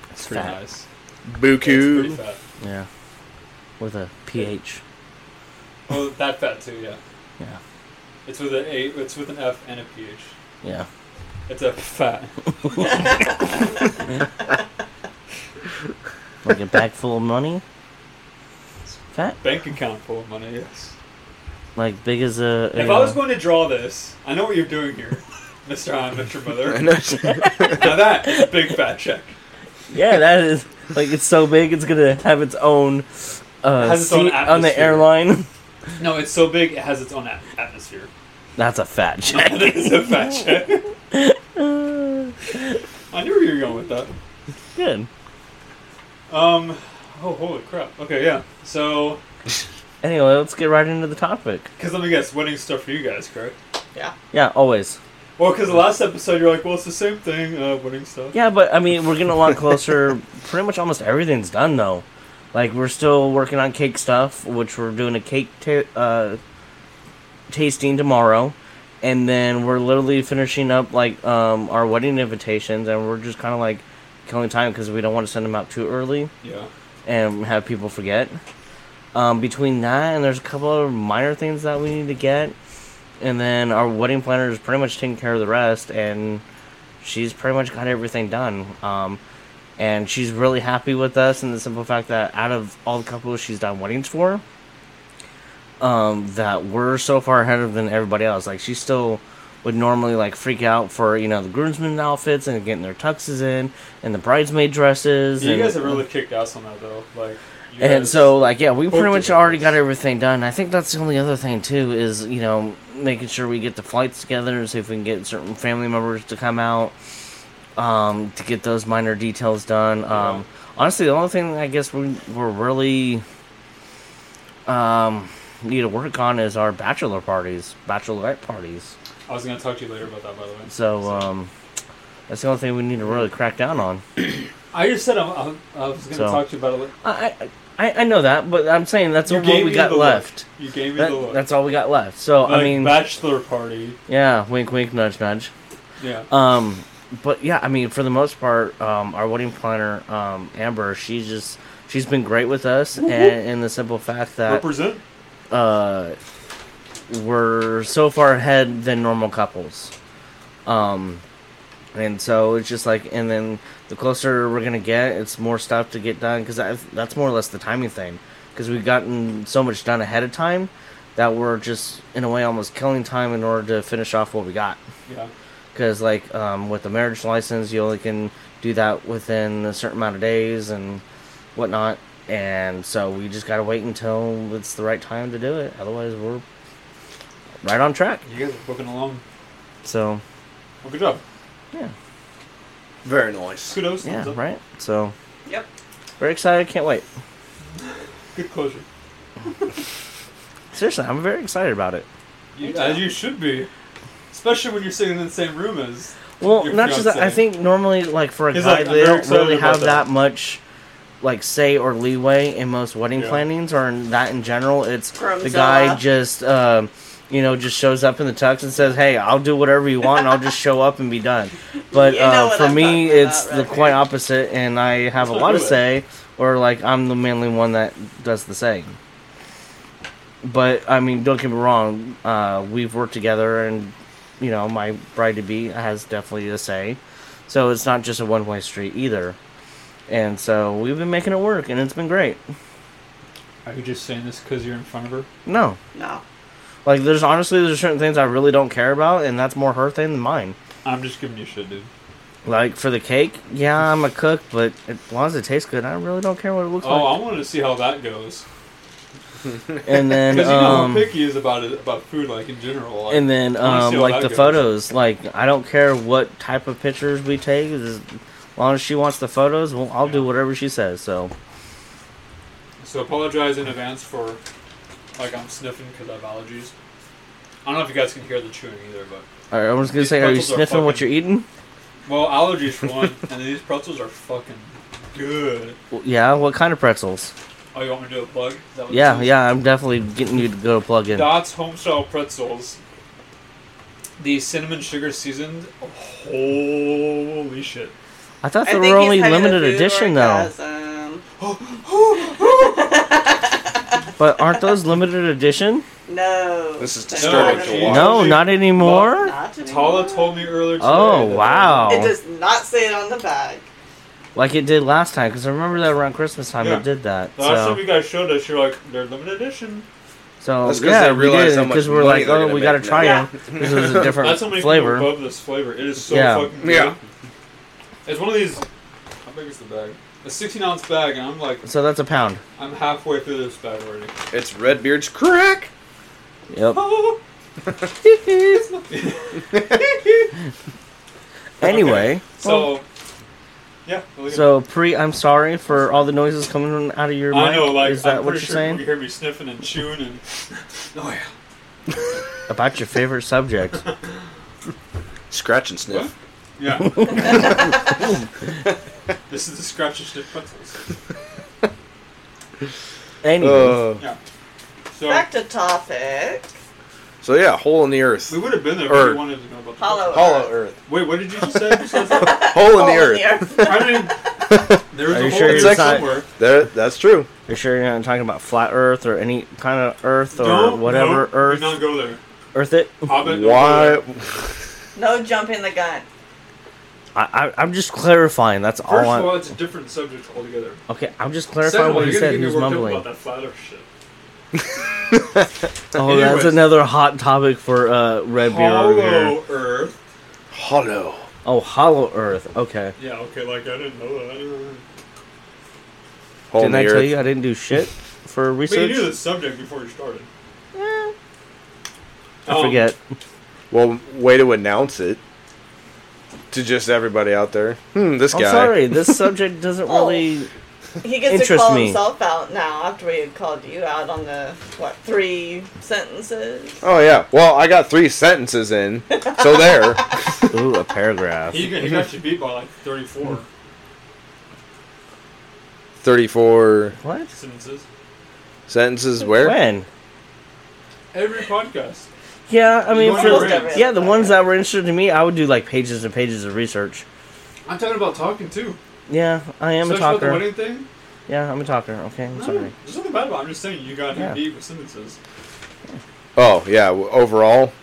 Speaker 2: it's
Speaker 1: it's pretty
Speaker 2: fat.
Speaker 1: nice. It's pretty
Speaker 4: Buku.
Speaker 1: fat.
Speaker 2: Yeah, with a ph.
Speaker 1: Well, Oh, that fat too, yeah.
Speaker 2: Yeah,
Speaker 1: It's with an A, it's with an F and a PH.
Speaker 2: yeah.
Speaker 1: It's a fat.
Speaker 2: Like a bag full of money. Fat,
Speaker 1: Bank account full of money, yes.
Speaker 2: like big as a.
Speaker 1: If
Speaker 2: a,
Speaker 1: I was going to draw this, I know what you're doing here, Mr. I, Mr. Mother.
Speaker 4: I know.
Speaker 1: now that is a big fat check.
Speaker 2: yeah, that is like it's so big. It's gonna have its own uh,
Speaker 1: Has its
Speaker 2: seat
Speaker 1: own
Speaker 2: on the
Speaker 1: atmosphere.
Speaker 2: airline.
Speaker 1: No, it's so big it has its own at- atmosphere.
Speaker 2: That's a fat check.
Speaker 1: that is a fat check. I knew where you were going with that.
Speaker 2: Good.
Speaker 1: Um, oh holy crap. Okay, yeah. So,
Speaker 2: Anyway, let's get right into the topic.
Speaker 1: because let me guess, wedding stuff for you guys, correct?
Speaker 3: Yeah.
Speaker 2: Yeah, always.
Speaker 1: Well, because the last episode you're like, well, it's the same thing, uh, wedding stuff.
Speaker 2: Yeah, but I mean, we're getting a lot closer. Pretty much almost everything's done though. Like we're still working on cake stuff, which we're doing a cake ta- uh, tasting tomorrow, and then we're literally finishing up like um, our wedding invitations, and we're just kind of like killing time because we don't want to send them out too early
Speaker 1: Yeah.
Speaker 2: and have people forget. Um, between that and there's a couple of minor things that we need to get, and then our wedding planner is pretty much taking care of the rest, and she's pretty much got everything done. Um, and she's really happy with us, and the simple fact that out of all the couples she's done weddings for, um, that we're so far ahead of than everybody else. Like she still would normally like freak out for you know the groomsmen outfits and getting their tuxes in and the bridesmaid dresses.
Speaker 1: You
Speaker 2: and,
Speaker 1: guys have really kicked ass on that though. Like, you
Speaker 2: and
Speaker 1: guys-
Speaker 2: so, like, yeah, we pretty
Speaker 1: both
Speaker 2: much
Speaker 1: did it.
Speaker 2: already got everything done. I think that's the only other thing too is you know making sure we get the flights together and see if we can get certain family members to come out um, to get those minor details done. Um, Honestly, the only thing I guess we we're really um, need to work on is our bachelor parties, bachelorette parties.
Speaker 1: I was gonna talk to you later about that, by the way.
Speaker 2: So um, that's the only thing we need to really crack down on.
Speaker 1: I just said I'm, I'm, I was gonna
Speaker 2: So-
Speaker 1: talk to you about it. later.
Speaker 2: I I, I know that, but I'm saying that's
Speaker 1: You
Speaker 2: what
Speaker 1: gave
Speaker 2: we
Speaker 1: me
Speaker 2: got
Speaker 1: the look.
Speaker 2: left.
Speaker 1: You gave me the
Speaker 2: That,
Speaker 1: look.
Speaker 2: that's all we got left. So
Speaker 1: Like,
Speaker 2: I mean,
Speaker 1: bachelor party.
Speaker 2: yeah, wink, wink, nudge, nudge.
Speaker 1: Yeah.
Speaker 2: Um, but yeah, I mean, for the most part, um, our wedding planner, um, Amber, she's just she's been great with us, and in the simple fact that
Speaker 1: Represent.
Speaker 2: uh, we're so far ahead than normal couples. Um, and so it's just like, and then the closer we're gonna get, it's more stuff to get done because that's more or less the timing thing. Because we've gotten so much done ahead of time that we're just in a way almost killing time in order to finish off what we got.
Speaker 1: Yeah.
Speaker 2: Because like um, with the marriage license, you only can do that within a certain amount of days and whatnot. And so we just gotta wait until it's the right time to do it. Otherwise, we're right on track.
Speaker 1: You guys are booking along.
Speaker 2: So
Speaker 1: Well, good job.
Speaker 2: yeah,
Speaker 4: Very nice.
Speaker 1: Kudos. thumbs
Speaker 2: yeah,
Speaker 1: up.
Speaker 2: right. So
Speaker 3: Yep.
Speaker 2: very excited. Can't wait.
Speaker 1: Good closure.
Speaker 2: Seriously, I'm very excited about it.
Speaker 1: You, as you should be, especially when you're sitting in the same room as.
Speaker 2: Well,
Speaker 1: Your
Speaker 2: not just that. I
Speaker 1: fiancé.
Speaker 2: think normally, like for a
Speaker 1: He's
Speaker 2: guy,
Speaker 1: like, I'm
Speaker 2: they
Speaker 1: very
Speaker 2: don't
Speaker 1: excited
Speaker 2: really
Speaker 1: about
Speaker 2: have
Speaker 1: that.
Speaker 2: that much like say or leeway in most wedding
Speaker 1: Yeah.
Speaker 2: plannings or in that in general. It's the
Speaker 3: Groomsella.
Speaker 2: guy just um, you know just shows up in the tux and says, "Hey, I'll do whatever you want. and I'll just show up and be done." But
Speaker 3: You know
Speaker 2: uh,
Speaker 3: what
Speaker 2: for
Speaker 3: I'm
Speaker 2: me,
Speaker 3: talking
Speaker 2: it's
Speaker 3: about
Speaker 2: the
Speaker 3: right there.
Speaker 2: quite opposite, and I have a
Speaker 1: Let's
Speaker 2: lot
Speaker 1: do
Speaker 2: of
Speaker 1: it.
Speaker 2: say, or like I'm the manly one that does the saying. But I mean, don't get me wrong. Uh, we've worked together, and you know, my bride to be has definitely a say. So it's not just a one way street either. And so we've been making it work, and it's been great.
Speaker 1: Are you just saying this because you're in front of her?
Speaker 2: No,
Speaker 3: No.
Speaker 2: like there's honestly there's certain things I really don't care about, and that's more her thing than mine.
Speaker 1: I'm just giving you shit, dude.
Speaker 2: Like for the cake, yeah, I'm a cook, but as long as it tastes good, I really don't care what it looks
Speaker 1: Oh, I
Speaker 2: like.
Speaker 1: wanted to see how that goes.
Speaker 2: And then,
Speaker 1: Because you know how
Speaker 2: um,
Speaker 1: picky is about it, about food, like in general. Like,
Speaker 2: and then,
Speaker 1: I wanna see
Speaker 2: um,
Speaker 1: how
Speaker 2: like
Speaker 1: that
Speaker 2: the
Speaker 1: goes.
Speaker 2: photos. Like I don't care what type of pictures we take, as long as she wants the photos, well, I'll do
Speaker 1: Yeah.
Speaker 2: whatever she says. So
Speaker 1: So apologize in advance for, like, I'm sniffing because I have allergies. I don't know if you guys can hear the chewing either, but
Speaker 2: All right, everyone's gonna
Speaker 1: These
Speaker 2: say, "Are you
Speaker 1: pretzels are
Speaker 2: sniffing what
Speaker 1: fucking-
Speaker 2: you're eating?"
Speaker 1: well, allergies for one, and then these pretzels are fucking good.
Speaker 2: Well, yeah. What kind of pretzels?
Speaker 1: Oh, you want me to do a plug? Is that what
Speaker 2: Yeah,
Speaker 1: this is?
Speaker 2: yeah. I'm definitely getting you to go to plug in.
Speaker 1: Dots Homestyle Pretzels. The cinnamon sugar seasoned. Holy shit.
Speaker 2: I thought
Speaker 3: I
Speaker 2: they
Speaker 3: think
Speaker 2: were
Speaker 3: he's
Speaker 2: only
Speaker 3: having a
Speaker 2: limited
Speaker 3: food
Speaker 2: edition though.
Speaker 3: orgasm.
Speaker 2: But aren't those limited edition?
Speaker 3: No.
Speaker 4: This is
Speaker 3: They're
Speaker 4: disturbing
Speaker 3: not
Speaker 1: to
Speaker 3: anymore.
Speaker 1: watch.
Speaker 2: No, not anymore.
Speaker 3: Not anymore.
Speaker 1: Tala told me earlier today.
Speaker 2: Oh,
Speaker 1: that-
Speaker 2: wow.
Speaker 3: It does not say it on the bag.
Speaker 2: Like it did last time, because I remember that around Christmas time
Speaker 1: Yeah.
Speaker 2: it did that.
Speaker 1: The last time
Speaker 2: So,
Speaker 1: you guys showed us, you're like, they're limited edition.
Speaker 2: so
Speaker 4: That's 'cause
Speaker 2: yeah,
Speaker 4: they
Speaker 2: we
Speaker 4: realized
Speaker 2: did
Speaker 4: how much
Speaker 2: because we were
Speaker 4: money
Speaker 2: like,
Speaker 4: they're
Speaker 2: "Oh,
Speaker 4: gonna
Speaker 2: we gotta
Speaker 4: make
Speaker 2: try
Speaker 3: now."
Speaker 2: them." This is a different
Speaker 1: That's how many
Speaker 2: flavor.
Speaker 1: people above this flavor. It is so
Speaker 2: Yeah.
Speaker 1: fucking good.
Speaker 4: Yeah.
Speaker 1: It's one of these. How big is the bag? A 16 ounce bag, and I'm like,
Speaker 2: So that's a pound.
Speaker 1: I'm halfway through this bag already.
Speaker 4: It's Redbeard's crack.
Speaker 2: Yep.
Speaker 1: Oh,
Speaker 2: anyway,
Speaker 1: so. yeah. look at
Speaker 2: so pre, I'm sorry for all the noises coming out of your mic.
Speaker 1: I know, like,
Speaker 2: is that
Speaker 1: I'm
Speaker 2: what
Speaker 1: pretty
Speaker 2: you're
Speaker 1: sure
Speaker 2: saying?
Speaker 1: You hear me sniffing and chewing and. Oh, yeah.
Speaker 2: About your favorite subject.
Speaker 1: Uh,
Speaker 4: Scratch and sniff. Uh,
Speaker 1: Yeah. this is the scratch and sniff pretzels.
Speaker 2: Anyway.
Speaker 1: Yeah. So,
Speaker 3: Back to topic.
Speaker 4: so yeah, hole in the earth.
Speaker 1: we would have been there if
Speaker 2: Er.
Speaker 4: Or-
Speaker 1: you wanted to know about the
Speaker 3: Hollow.
Speaker 4: Hollow Earth.
Speaker 1: Wait, what did you just say? besides that?
Speaker 4: Hole in the
Speaker 3: Hole in
Speaker 4: earth.
Speaker 3: earth.
Speaker 1: I mean, there was a
Speaker 2: Are you
Speaker 1: hole
Speaker 2: sure
Speaker 1: in
Speaker 4: it's
Speaker 1: there
Speaker 4: actually-
Speaker 1: somewhere.
Speaker 4: There, that's true.
Speaker 2: You sure you're not talking about flat Earth or any kind of Earth or
Speaker 1: Don't-
Speaker 2: whatever
Speaker 1: don't,
Speaker 2: Earth?
Speaker 1: Do not go there.
Speaker 2: Earth it?
Speaker 1: Hobbit, don't go
Speaker 4: Why?
Speaker 1: there.
Speaker 3: No jump in the gun.
Speaker 2: I, I, I'm just clarifying. That's
Speaker 1: First
Speaker 2: all I.
Speaker 1: of all, it's a different subject altogether.
Speaker 2: okay, I'm just
Speaker 1: Second
Speaker 2: clarifying
Speaker 1: of all,
Speaker 2: what he
Speaker 1: you're gonna
Speaker 2: said.
Speaker 1: get
Speaker 2: He
Speaker 1: me
Speaker 2: was
Speaker 1: worked up
Speaker 2: mumbling.
Speaker 1: About that flat Earth shit.
Speaker 2: Oh,
Speaker 1: Anyways.
Speaker 2: that's another hot topic for uh, Red Beer over here.
Speaker 1: Hollow Earth.
Speaker 4: Hollow.
Speaker 2: Oh, Hollow Earth. Okay.
Speaker 1: Yeah, okay, like I didn't know that.
Speaker 4: Hole
Speaker 2: Didn't
Speaker 4: in the
Speaker 2: I
Speaker 4: earth.
Speaker 2: tell you I didn't do shit for
Speaker 1: But you
Speaker 2: research?
Speaker 1: knew the subject before you started. Oh.
Speaker 2: I forget.
Speaker 4: Well, way to announce it to just everybody out there. Hmm, this
Speaker 2: I'm
Speaker 4: guy.
Speaker 2: sorry. This subject doesn't
Speaker 3: Oh.
Speaker 2: really.
Speaker 3: He gets
Speaker 2: Interest
Speaker 3: to call
Speaker 2: me.
Speaker 3: himself out now after we had called you out on the what three sentences.
Speaker 4: Oh yeah. Well, I got three sentences in, so there.
Speaker 2: Ooh, a paragraph.
Speaker 1: He, got- he got you beat by like 34
Speaker 4: Thirty-four
Speaker 2: What?
Speaker 1: sentences.
Speaker 4: sentences. Where?
Speaker 2: When?
Speaker 1: Every podcast.
Speaker 2: Yeah, I mean,
Speaker 1: want
Speaker 2: for
Speaker 1: to read?
Speaker 2: the, yeah, the ones that were interesting to me, I would do like pages and pages of research.
Speaker 1: I'm talking about talking too.
Speaker 2: Yeah, I am a
Speaker 1: Especially about the
Speaker 2: talker.
Speaker 1: wedding thing.
Speaker 2: Yeah, I'm a talker. Okay, I'm
Speaker 1: No,
Speaker 2: sorry.
Speaker 1: there's nothing bad about. it. I'm just saying you got him
Speaker 2: Yeah.
Speaker 1: beat with sentences.
Speaker 4: Oh yeah. w- Overall,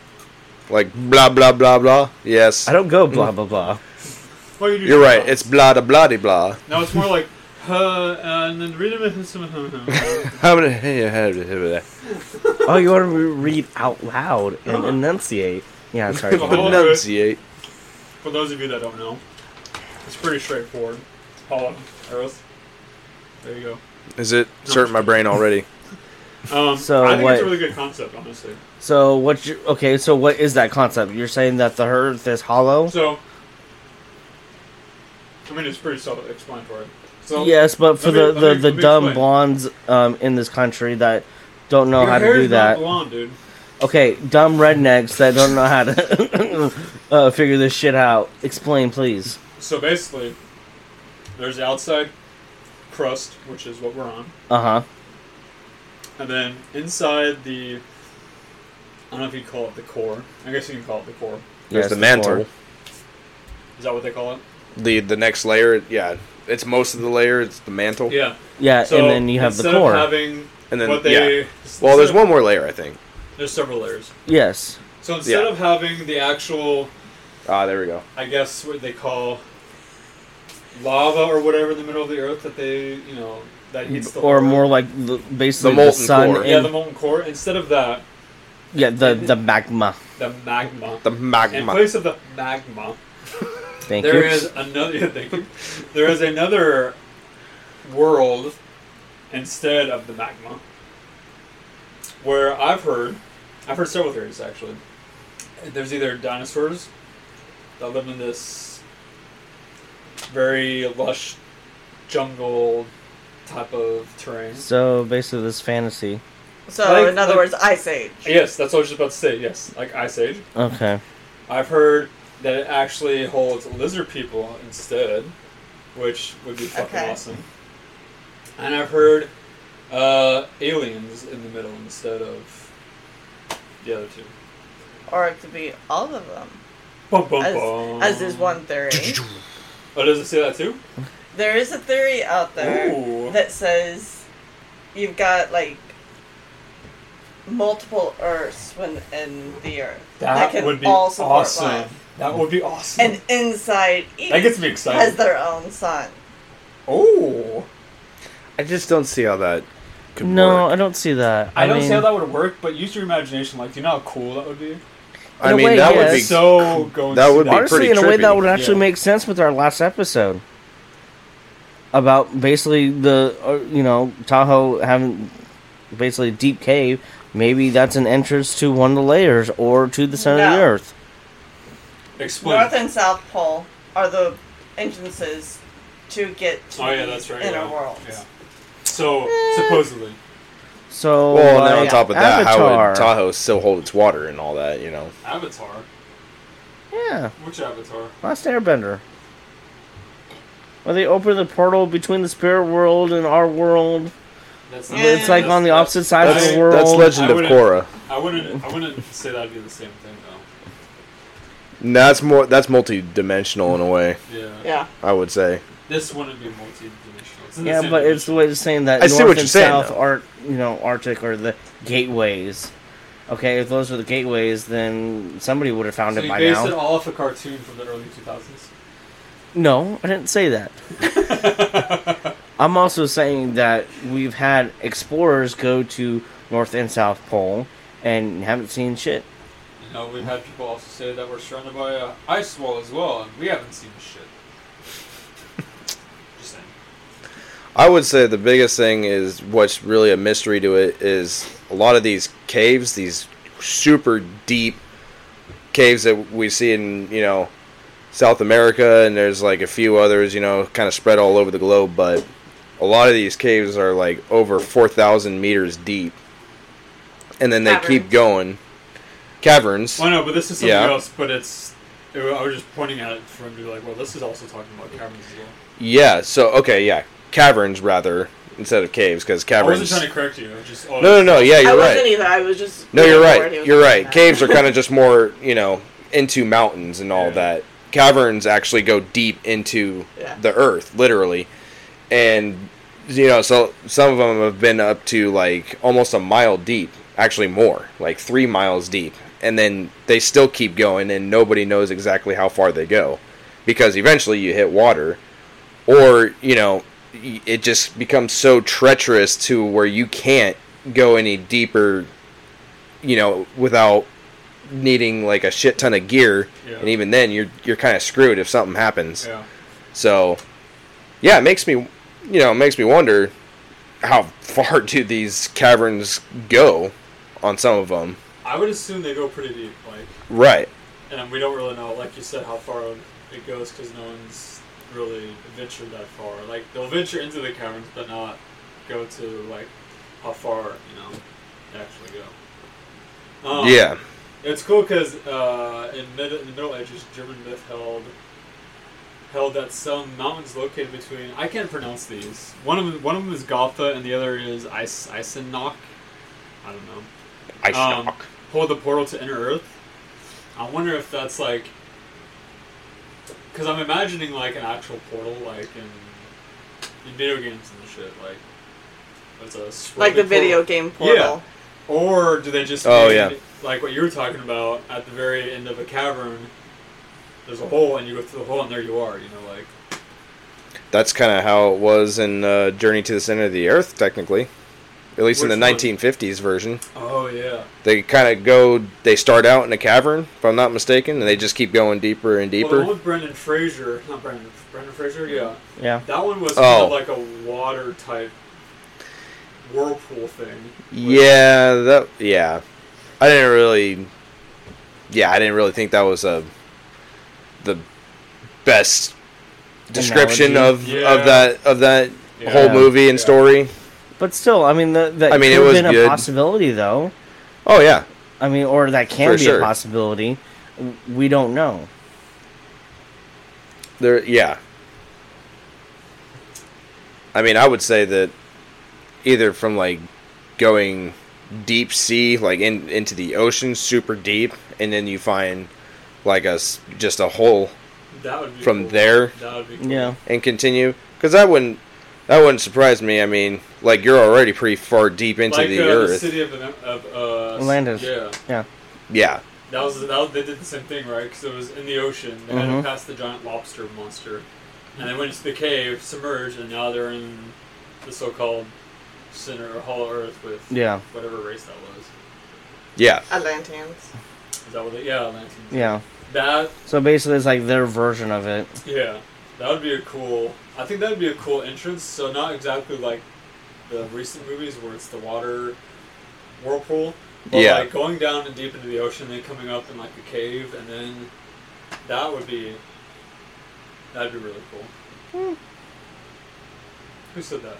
Speaker 4: like blah blah blah blah. Yes.
Speaker 2: I don't go blah blah blah.
Speaker 1: Well, you do
Speaker 4: You're right.
Speaker 1: sometimes.
Speaker 4: It's blah da blah de blah.
Speaker 1: no, it's more like. Uh, and then read him and some.
Speaker 4: How many? Enunciate.
Speaker 2: Oh, you want to read out loud and
Speaker 1: Uh-huh.
Speaker 2: enunciate? Yeah, sorry.
Speaker 1: Oh. For those of you that don't know, it's pretty straightforward. Hollow Earth. There you
Speaker 4: Is it? It's hurting my brain already.
Speaker 1: go. Um,
Speaker 2: So
Speaker 1: I think it's a
Speaker 2: what-
Speaker 1: really good concept, honestly.
Speaker 2: So what? You, okay, so what is that concept? You're saying that the Earth is hollow?
Speaker 1: So, I mean, it's pretty self-explanatory. So
Speaker 2: yes, but for
Speaker 1: let me-
Speaker 2: the
Speaker 1: let
Speaker 2: the,
Speaker 1: me-
Speaker 2: the
Speaker 1: let me
Speaker 2: dumb
Speaker 1: explain.
Speaker 2: blondes um, in this country that don't know
Speaker 1: your
Speaker 2: how to
Speaker 1: hair
Speaker 2: do
Speaker 1: is not
Speaker 2: that.
Speaker 1: blonde, dude.
Speaker 2: Okay, dumb rednecks that don't know how to uh, figure this shit out. Explain, please.
Speaker 1: So basically, there's the outside crust, which is what we're on,
Speaker 2: Uh huh.
Speaker 1: and then inside the. I don't know if you call it the core. I guess you can call it the core.
Speaker 4: There's
Speaker 2: Yes,
Speaker 4: the
Speaker 2: the
Speaker 4: mantle.
Speaker 2: core.
Speaker 1: Is that what they call it?
Speaker 4: The the next layer. Yeah. It's most of the layer. It's the mantle.
Speaker 1: Yeah.
Speaker 2: Yeah,
Speaker 1: So
Speaker 2: and then you have the
Speaker 1: instead of
Speaker 2: core.
Speaker 1: having
Speaker 4: And then
Speaker 1: what they,
Speaker 4: yeah. Well, there's
Speaker 1: instead of-
Speaker 4: one more layer, I think.
Speaker 1: There's several layers.
Speaker 2: yes.
Speaker 1: So instead
Speaker 4: Yeah.
Speaker 1: of having the actual,
Speaker 4: Ah, there we go.
Speaker 1: I guess what they call lava or whatever in the middle of the earth that they, you know, that heats the
Speaker 2: Or
Speaker 1: whole
Speaker 2: more
Speaker 1: earth.
Speaker 2: like the, basically the,
Speaker 4: molten
Speaker 2: sun.
Speaker 4: core.
Speaker 2: And,
Speaker 1: yeah, the molten core. Instead of that,
Speaker 2: yeah, the the magma.
Speaker 1: the magma.
Speaker 4: The
Speaker 1: In
Speaker 4: magma.
Speaker 1: place of the magma,
Speaker 2: Thank
Speaker 1: There
Speaker 2: you.
Speaker 1: is another. Thank you. There is another world instead of the magma, where I've heard, I've heard several theories actually. There's either dinosaurs that live in this very lush jungle type of terrain.
Speaker 2: So basically, this fantasy.
Speaker 3: So,
Speaker 1: Like-
Speaker 3: in other
Speaker 1: like-
Speaker 3: words, Ice Age.
Speaker 1: Yes, that's what I was just about to say. Yes, like Ice Age.
Speaker 2: Okay.
Speaker 1: I've heard that it actually holds lizard people instead, which would be fucking
Speaker 3: Okay.
Speaker 1: awesome. And I've heard uh, aliens in the middle instead of the other two.
Speaker 3: Or it could be all of them.
Speaker 1: Bum, bum,
Speaker 3: As,
Speaker 1: bum.
Speaker 3: as is one theory.
Speaker 1: Oh, does it say that too?
Speaker 3: there is a theory out there
Speaker 1: Ooh.
Speaker 3: that says you've got like multiple Earths when in the Earth
Speaker 1: That
Speaker 3: can
Speaker 1: would be
Speaker 3: all support
Speaker 1: awesome.
Speaker 3: life,
Speaker 1: That would be awesome.
Speaker 3: and inside each
Speaker 1: that gets me
Speaker 3: has
Speaker 1: excited.
Speaker 3: their own sun.
Speaker 1: oh.
Speaker 4: I just don't see how that could
Speaker 2: No,
Speaker 4: work.
Speaker 2: I don't see that.
Speaker 1: I, don't
Speaker 2: mean,
Speaker 1: see how that would work, but use your imagination. Like, do you know how cool that would be?
Speaker 4: I
Speaker 2: In a
Speaker 4: mean,
Speaker 2: way,
Speaker 4: that
Speaker 2: yes.
Speaker 4: would be
Speaker 1: so going
Speaker 4: that
Speaker 1: to
Speaker 4: would be
Speaker 1: that.
Speaker 2: Honestly,
Speaker 4: pretty
Speaker 2: in a way,
Speaker 4: trippy.
Speaker 2: that would actually
Speaker 1: Yeah.
Speaker 2: make sense with our last episode about basically the uh, you know Tahoe having basically a deep cave. Maybe that's an entrance to one of the layers or to the center of the
Speaker 3: No.
Speaker 2: earth.
Speaker 1: Explain.
Speaker 3: North and South Pole are the entrances to get to
Speaker 1: Oh yeah, that's right.
Speaker 3: the inner
Speaker 1: yeah.
Speaker 3: worlds.
Speaker 1: Yeah. So supposedly,
Speaker 2: So,
Speaker 4: Well, and then
Speaker 2: like,
Speaker 4: on top of that, how
Speaker 2: Avatar.
Speaker 4: would Tahoe still hold its water and all that? You know,
Speaker 1: Avatar.
Speaker 2: Yeah,
Speaker 1: Which Avatar?
Speaker 2: Last Airbender. Where they open the portal between the spirit world and our world.
Speaker 1: That's
Speaker 3: Yeah.
Speaker 2: It's like on the
Speaker 1: that's-
Speaker 2: opposite side of
Speaker 4: that's,
Speaker 2: the
Speaker 1: I-
Speaker 2: world.
Speaker 4: that's Legend
Speaker 1: I
Speaker 4: of
Speaker 1: wouldn't-
Speaker 4: Korra.
Speaker 1: I wouldn't. I wouldn't say that'd be the same thing though.
Speaker 4: No, that's more that's multi-dimensional in a way.
Speaker 1: Yeah.
Speaker 3: Yeah.
Speaker 4: I would say.
Speaker 1: This wouldn't be multi-dimensional. It's in the
Speaker 2: Yeah,
Speaker 1: same
Speaker 2: but it's the
Speaker 1: dimension.
Speaker 2: way of saying that
Speaker 4: I
Speaker 2: north
Speaker 4: see what
Speaker 2: and
Speaker 4: you're saying,
Speaker 2: south
Speaker 4: though.
Speaker 2: are you know Arctic are the gateways. Okay, if those are the gateways, then somebody would have found
Speaker 1: So
Speaker 2: it
Speaker 1: you
Speaker 2: by
Speaker 1: based
Speaker 2: now.
Speaker 1: it all off a cartoon from the early 2000s.
Speaker 2: no, I didn't say that. I'm also saying that we've had explorers go to North and South Pole and haven't seen shit.
Speaker 1: You know, we've had people also say that we're surrounded by a ice wall as well, and we haven't seen shit. Just saying.
Speaker 4: I would say the biggest thing is what's really a mystery to it is a lot of these caves, these super deep caves that we see in, you know, South America and there's like a few others, you know, kind of spread all over the globe, but a lot of these caves are like over 4,000 meters deep. And then they keep
Speaker 3: Caverns.
Speaker 4: going. Caverns.
Speaker 1: Well, no, but this is something
Speaker 4: Yeah.
Speaker 1: else. But it's. It, I was just pointing at it for him to be like, well, this is also talking about caverns as well.
Speaker 4: Yeah, so okay, yeah. Caverns rather instead of caves cuz
Speaker 1: I wasn't
Speaker 4: caverns
Speaker 1: trying to correct you. I was just. Oh,
Speaker 4: No, no, no. Yeah,
Speaker 3: I
Speaker 4: you're right.
Speaker 3: wasn't either. I was just.
Speaker 4: No, you're
Speaker 3: waiting for where he
Speaker 4: right.
Speaker 3: was
Speaker 4: You're
Speaker 3: going
Speaker 4: right.
Speaker 3: with that.
Speaker 4: Caves are kind of just more, you know, into mountains and all
Speaker 1: Yeah.
Speaker 4: that. Caverns actually go deep into
Speaker 3: Yeah.
Speaker 4: the earth, literally, and you know, so some of them have been up to like almost a mile deep, actually more, like three miles deep, and then they still keep going, and nobody knows exactly how far they go, because eventually you hit water, or you know, y- it just becomes so treacherous to where you can't go any deeper you know, without needing like a shit ton of gear,
Speaker 1: Yeah.
Speaker 4: and even then you're you're kind of screwed if something happens.
Speaker 1: Yeah.
Speaker 4: So, yeah, it makes me, you know, it makes me wonder how far do these caverns go on some of them?
Speaker 1: I would assume they go pretty deep, like,
Speaker 4: Right.
Speaker 1: and we don't really know, like you said, how far it goes because no one's really ventured that far. Like they'll venture into the caverns, but not go to like how far you know they actually go. Um,
Speaker 4: yeah.
Speaker 1: it's cool because uh, in, mid- in the Middle Ages, German myth held held that some mountains located between I can't pronounce these. One of them, one of them is Gotha, and the other is Is Eisenach. I don't know
Speaker 4: Ice
Speaker 1: um,
Speaker 4: rock.
Speaker 1: hold the portal to inner Earth. I wonder if that's like, because I'm imagining like an actual portal, like in, in video games and shit, like it's a
Speaker 3: Like
Speaker 1: swirling
Speaker 3: the video
Speaker 1: portal.
Speaker 3: game portal.
Speaker 1: Or do they just
Speaker 4: Oh,
Speaker 1: end,
Speaker 4: yeah.
Speaker 1: like what you were talking about at the very end of a cavern? There's a hole, and you go through the hole, and there you are. You know, like
Speaker 4: That's kind of how it was in uh, Journey to the Center of the Earth, technically. At least in
Speaker 1: Which
Speaker 4: the
Speaker 1: one?
Speaker 4: 1950s version,
Speaker 1: Oh yeah.
Speaker 4: they kind of go. They start out in a cavern, if I'm not mistaken, and they just keep going deeper and
Speaker 1: Well, the
Speaker 4: deeper.
Speaker 1: one with Brendan Fraser, not Brendan, Brendan Fraser. Yeah,
Speaker 2: Yeah.
Speaker 1: that one was
Speaker 4: Oh.
Speaker 1: kind of like a water type whirlpool thing.
Speaker 4: yeah, that. Yeah, I didn't really. Yeah, I didn't really think that was a the best description
Speaker 2: Analogy.
Speaker 4: of
Speaker 1: Yeah.
Speaker 4: of that of that
Speaker 1: Yeah.
Speaker 4: whole movie and
Speaker 1: Yeah.
Speaker 4: story.
Speaker 2: But still, I mean, the, that
Speaker 4: I mean, it
Speaker 2: could
Speaker 4: was
Speaker 2: have been
Speaker 4: good.
Speaker 2: a possibility, though.
Speaker 4: Oh yeah,
Speaker 2: I mean, or that can
Speaker 4: For
Speaker 2: be
Speaker 4: sure.
Speaker 2: a possibility. W- We don't know.
Speaker 4: There, yeah. I mean, I would say that either from like going deep sea, like in into the ocean, super deep, and then you find like a s- just a hole
Speaker 1: That would be
Speaker 4: From
Speaker 1: cool.
Speaker 4: there?
Speaker 1: That would be cool.
Speaker 2: Yeah.
Speaker 4: and continue, because that wouldn't that wouldn't surprise me. I mean, like you're already pretty far deep into
Speaker 1: like
Speaker 4: the
Speaker 1: uh, the
Speaker 4: earth.
Speaker 1: city of, Venem- of uh,
Speaker 2: Orlando's.
Speaker 1: Yeah,
Speaker 2: Yeah.
Speaker 4: yeah,
Speaker 1: that was that. Was, they did the same thing, right? Because it was in the ocean. They had
Speaker 2: Mhm.
Speaker 1: to pass the giant lobster monster, and they went into the cave, submerged, and now they're in the so-called center or hollow earth with
Speaker 2: Yeah.
Speaker 1: whatever race that was.
Speaker 4: yeah,
Speaker 3: Atlanteans.
Speaker 1: Is that what they? Yeah, Atlanteans.
Speaker 2: Yeah.
Speaker 1: That
Speaker 2: So basically, it's like their version of it.
Speaker 1: Yeah, that would be a cool. I think that would be a cool entrance. So not exactly like the recent movies where it's the water whirlpool, but
Speaker 4: Yeah.
Speaker 1: like going down and deep into the ocean, then coming up in like a cave, and then that would be that'd be really cool. Who said that?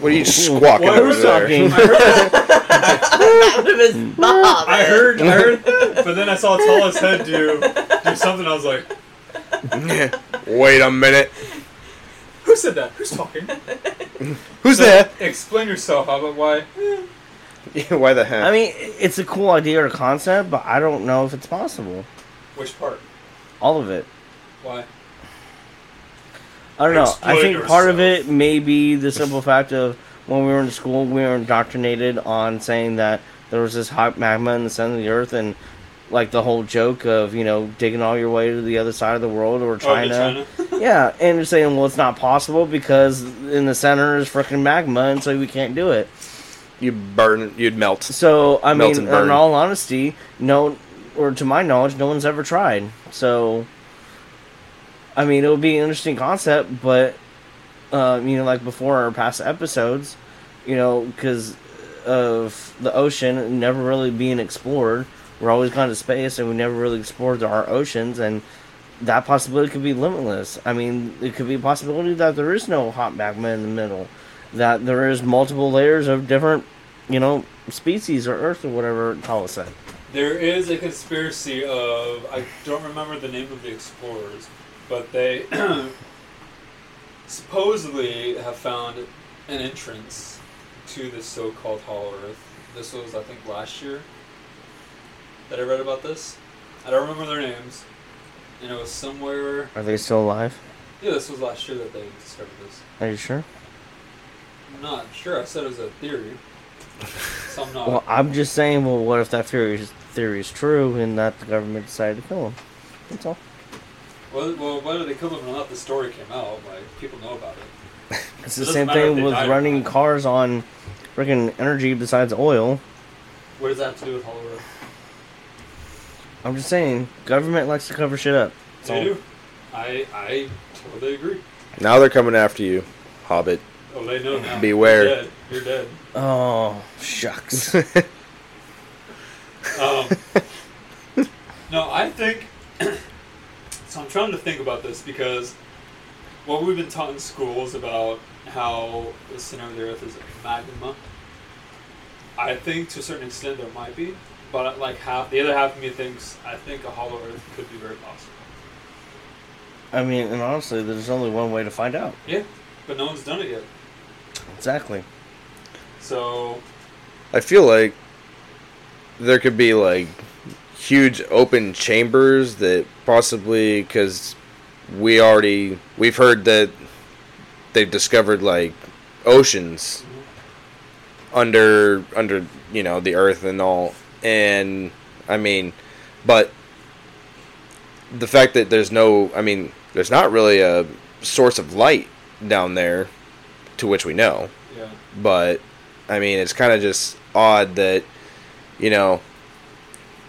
Speaker 4: What are you squawking
Speaker 1: Well,
Speaker 4: over
Speaker 1: who's
Speaker 4: there?
Speaker 1: I
Speaker 2: talking?
Speaker 1: heard,
Speaker 4: Mm,
Speaker 3: that would have been Bob.
Speaker 1: I heard, I heard, but then I saw Tala's head do do something. I was like,
Speaker 4: Wait a minute.
Speaker 1: "Who said that? Who's talking?"
Speaker 4: Who's
Speaker 1: So,
Speaker 4: there?
Speaker 1: Explain yourself. How about why?
Speaker 4: Why the heck?
Speaker 2: I mean, it's a cool idea or concept, but I don't know if it's possible.
Speaker 1: Which part?
Speaker 2: All of it.
Speaker 1: Why?
Speaker 2: I don't know. I
Speaker 1: Explain
Speaker 2: think part of
Speaker 1: yourself.
Speaker 2: it may be the simple fact of when we were in school, we were indoctrinated on saying that there was this hot magma in the center of the earth, and like the whole joke of you know digging all your way to the other side of Oh, the world or China.
Speaker 1: Oh, China.
Speaker 2: Yeah, and you're saying, well, it's not possible because in the center is freaking magma, and so we can't do it.
Speaker 4: you burn. You'd melt.
Speaker 2: So I
Speaker 4: Melt
Speaker 2: mean,
Speaker 4: and burn.
Speaker 2: in all honesty, no, or to my knowledge, no one's ever tried. So, I mean, it would be an interesting concept, but uh, you know, like before our past episodes, you know, because of the ocean never really being explored, we're always gone to space, and we never really explored our oceans, and that possibility could be limitless. I mean, it could be a possibility that there is no hot magma in the middle, that there is multiple layers of different, you know, species or Earth or whatever Tala said.
Speaker 1: There is a conspiracy of I don't remember the name of the explorers, but they supposedly have found an entrance to this so-called Hollow Earth. This was I think last year that I read about this. I don't remember their names, and it was somewhere.
Speaker 2: Are they still alive?
Speaker 1: Yeah, this was last year that they discovered this.
Speaker 2: Are you sure?
Speaker 1: I'm not sure. I said it was a theory, so I'm not.
Speaker 2: Well, I'm just saying. Well, what if that theory is, theory is true and that the government decided to kill them? That's all.
Speaker 1: Well, well, whether they killed him or not, the story came out. Like people know about it.
Speaker 2: It's the
Speaker 1: It doesn't
Speaker 2: same
Speaker 1: matter if
Speaker 2: thing
Speaker 1: they
Speaker 2: with
Speaker 1: died or
Speaker 2: running
Speaker 1: not.
Speaker 2: cars on freaking energy besides oil.
Speaker 1: What does that have to do with Hollow Earth?
Speaker 2: I'm just saying, government likes to cover shit up. That's
Speaker 1: They
Speaker 2: all.
Speaker 1: do.
Speaker 4: Oh.
Speaker 1: I I totally agree.
Speaker 4: Now they're coming after you, Hobbit.
Speaker 1: Oh, they know now.
Speaker 4: Beware.
Speaker 1: You're dead. You're dead.
Speaker 2: Oh shucks.
Speaker 1: Um, no, I think. so I'm trying to think about this because what we've been taught in school is about how the center of the earth is magma. I think to a certain extent there might be, but like half the other half of me thinks I think a hollow earth could be very possible.
Speaker 2: I mean, and honestly, there's only one way to find out.
Speaker 1: Yeah, but no one's done it yet.
Speaker 2: Exactly.
Speaker 1: So
Speaker 4: I feel like there could be like huge open chambers that possibly because we already we've heard that they've discovered like oceans under under you know the earth and all and I mean but the fact that there's no I mean there's not really a source of light down there to which we know
Speaker 1: yeah,
Speaker 4: but I mean, it's kind of just odd that, you know,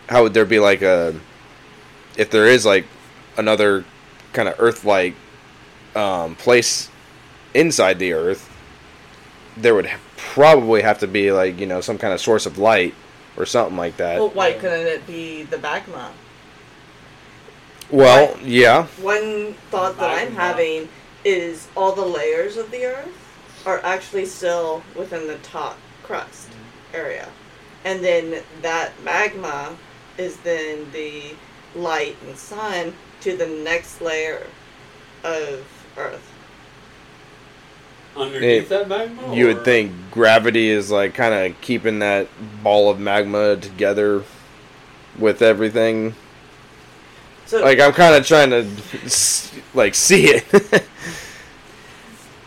Speaker 4: how would there be like a, if there is like another kind of Earth like um, place inside the Earth, there would probably have to be like, you know, some kind of source of light or something like that.
Speaker 3: Well,
Speaker 4: Well,
Speaker 3: why
Speaker 1: yeah.
Speaker 3: couldn't it be the magma? what?
Speaker 4: yeah.
Speaker 3: One thought that I'm
Speaker 1: Magma.
Speaker 3: having is all the layers of the Earth are actually still within the top crust area, and then that magma is then the light and sun to the next layer of Earth.
Speaker 1: Underneath
Speaker 4: It-
Speaker 1: that magma?
Speaker 4: You
Speaker 1: or-
Speaker 4: would think gravity is like kind of keeping that ball of magma together with everything.
Speaker 3: So
Speaker 4: Like I'm kind of trying to s- like see it.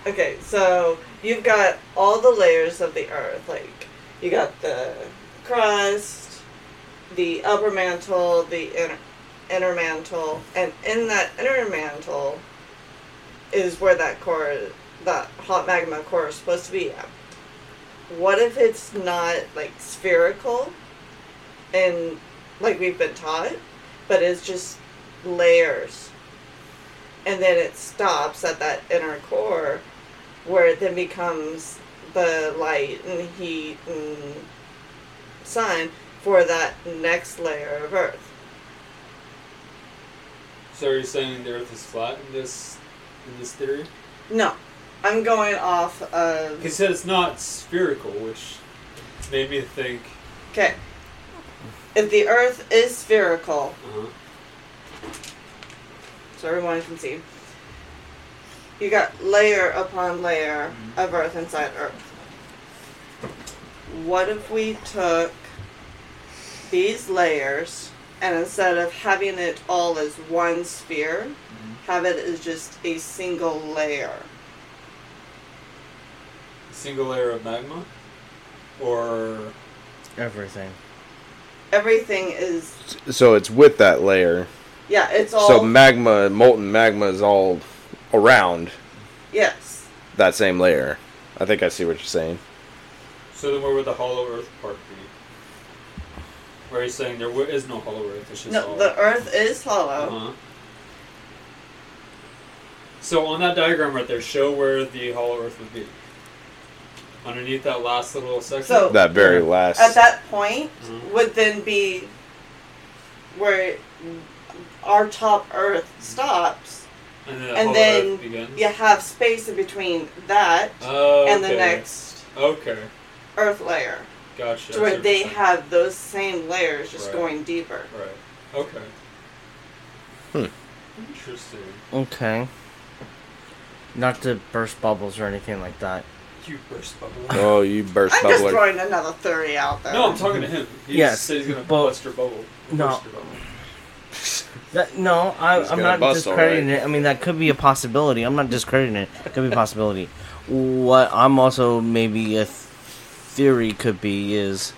Speaker 3: Okay, so you've got all the layers of the earth. Like, you got the crust, the upper mantle, the inner, inner mantle, and in that inner mantle is where that core, that hot magma core is supposed to be at. What if it's not, like, spherical and like we've been taught, but it's just layers? and then it stops at that inner core where it then becomes the light and heat and sun for that next layer of earth
Speaker 1: So are you saying the Earth is flat in this in this theory?
Speaker 3: no i'm going off
Speaker 1: He
Speaker 3: of
Speaker 1: said it's not spherical, which made me think.
Speaker 3: okay if the earth is spherical
Speaker 1: Uh-huh.
Speaker 3: so everyone can see you got layer upon layer
Speaker 1: Mm-hmm.
Speaker 3: of earth inside earth what if we took these layers and instead of having it all as one sphere
Speaker 1: Mm-hmm.
Speaker 3: have it as just a single layer
Speaker 1: Single layer of magma, or
Speaker 2: Everything.
Speaker 3: everything is
Speaker 4: so it's with that layer.
Speaker 3: yeah it's all
Speaker 4: So magma, molten magma is all around
Speaker 3: yes
Speaker 4: that same layer. I think I see what you're saying.
Speaker 1: so then where would the hollow Earth part be? Where he's saying there wi- is no hollow Earth. It's just
Speaker 3: no uh,
Speaker 1: all.
Speaker 3: the earth is hollow
Speaker 1: uh-huh. So on that diagram right there, show where the hollow Earth would be. Underneath that last little section.
Speaker 3: So-
Speaker 4: That very last.
Speaker 3: at that point
Speaker 1: Mhm.
Speaker 3: would then be where our top earth stops
Speaker 1: and then, the
Speaker 3: and
Speaker 1: hollow
Speaker 3: then-
Speaker 1: Earth begins.
Speaker 3: you have space in between that
Speaker 1: Oh,
Speaker 3: and the
Speaker 1: okay.
Speaker 3: next
Speaker 1: Okay,
Speaker 3: earth layer
Speaker 1: gotcha.
Speaker 3: to where
Speaker 1: So
Speaker 3: they
Speaker 1: it's-
Speaker 3: have those same layers just
Speaker 1: Right.
Speaker 3: going deeper
Speaker 1: Right. Okay.
Speaker 4: Hmm.
Speaker 1: Interesting.
Speaker 2: Okay. Not to burst bubbles or anything like that.
Speaker 1: You burst bubble.
Speaker 4: oh, you burst
Speaker 3: i'm just
Speaker 4: bubbler.
Speaker 3: throwing another theory out there
Speaker 1: No, I'm talking to him. He
Speaker 2: Yes,
Speaker 1: said he's gonna
Speaker 2: but-
Speaker 1: bust your bubble.
Speaker 2: No.
Speaker 1: Burst your bubble.
Speaker 2: That, no, I,
Speaker 4: He's
Speaker 2: I'm
Speaker 4: gonna
Speaker 2: not
Speaker 4: bust, all
Speaker 2: discrediting
Speaker 4: right.
Speaker 2: it. I mean, that could be a possibility. I'm not discrediting it. Could be a possibility. What I'm also maybe a th- theory could be is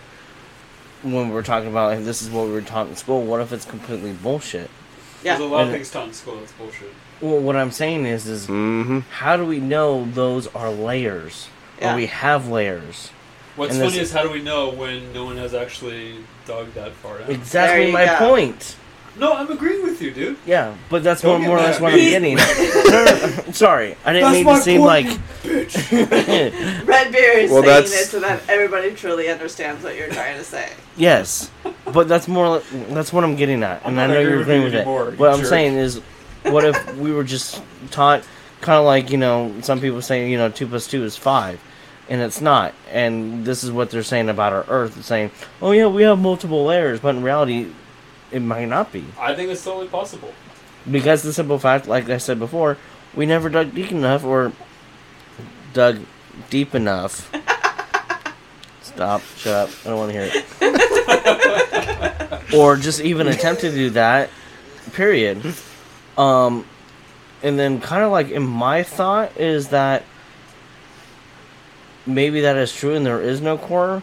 Speaker 2: when we're talking about and this is what we were taught in school. What if it's completely bullshit?
Speaker 1: There's a
Speaker 3: yeah
Speaker 1: lot of
Speaker 2: And-
Speaker 1: things taught in school that's bullshit.
Speaker 2: Well, what I'm saying is, is
Speaker 4: Mm-hmm.
Speaker 2: how do we know those are layers?
Speaker 3: Yeah.
Speaker 2: Or we have layers.
Speaker 1: What's
Speaker 2: And this-
Speaker 1: funny is how do we know when no one has actually dug that far out?
Speaker 3: There
Speaker 2: Exactly
Speaker 3: you
Speaker 2: my
Speaker 3: go.
Speaker 2: point.
Speaker 1: No, I'm agreeing with you, dude.
Speaker 2: Yeah, but that's
Speaker 1: Don't
Speaker 2: what,
Speaker 1: get
Speaker 2: more or
Speaker 1: mad
Speaker 2: less
Speaker 1: at
Speaker 2: what I'm
Speaker 1: me.
Speaker 2: getting. No, no, no, Sorry, I didn't
Speaker 1: That's
Speaker 2: mean
Speaker 1: my
Speaker 2: to seem
Speaker 1: point,
Speaker 2: like.
Speaker 3: Red Beer is
Speaker 4: Well,
Speaker 3: saying
Speaker 4: that's-
Speaker 3: it so that everybody truly understands what you're trying to say.
Speaker 2: Yes, but that's more. That's what I'm getting at,
Speaker 1: I'm
Speaker 2: and
Speaker 1: not
Speaker 2: I know
Speaker 1: agreeing
Speaker 2: you're
Speaker 1: with
Speaker 2: agreeing
Speaker 1: you
Speaker 2: with
Speaker 1: anymore, you
Speaker 2: it. What I'm
Speaker 1: jerk.
Speaker 2: saying is, what if we were just taught, kind of like you know, some people saying you know, two plus two is five, and it's not. And this is what they're saying about our Earth, it's saying, oh yeah, we have multiple layers, but in reality, it might not be
Speaker 1: I think it's totally possible.
Speaker 2: because the simple fact, like I said before, we never dug deep enough or dug deep enough. Stop, shut up, I don't want to hear it. or just even attempt to do that, period. Um, and then kind of like in my thought is that maybe that is true and there is no core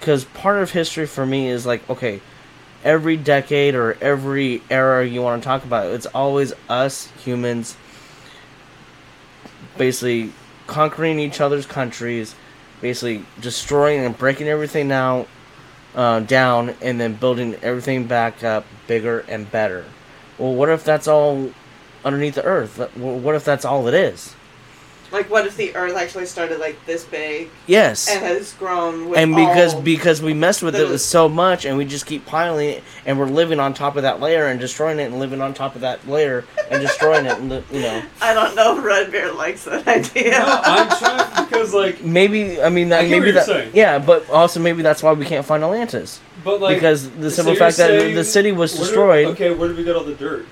Speaker 2: because part of history for me is like okay every decade or every era you want to talk about it's always us humans basically conquering each other's countries basically destroying and breaking everything out uh, down and then building everything back up bigger and better. Well, what if that's all underneath the earth? Wh- What if that's all it is?
Speaker 3: Like, what if the Earth actually started like this big
Speaker 2: Yes.
Speaker 3: and has grown? With
Speaker 2: and because
Speaker 3: all-
Speaker 2: because we messed with it
Speaker 3: the-
Speaker 2: with so much and we just keep piling it and we're living on top of that layer and destroying it and living on top of that layer and destroying it and li- you know
Speaker 3: I don't know, if Red Bear likes that idea.
Speaker 1: No, I'm trying because like,
Speaker 2: maybe I mean
Speaker 1: I
Speaker 2: that
Speaker 1: get what
Speaker 2: maybe
Speaker 1: you're
Speaker 2: that
Speaker 1: saying.
Speaker 2: yeah but also maybe that's why we can't find Atlantis
Speaker 1: but like
Speaker 2: because the
Speaker 1: so
Speaker 2: simple
Speaker 1: you're
Speaker 2: fact that the-
Speaker 1: saying-
Speaker 2: the city was
Speaker 1: where do-
Speaker 2: destroyed
Speaker 1: okay, where did we get all the dirt?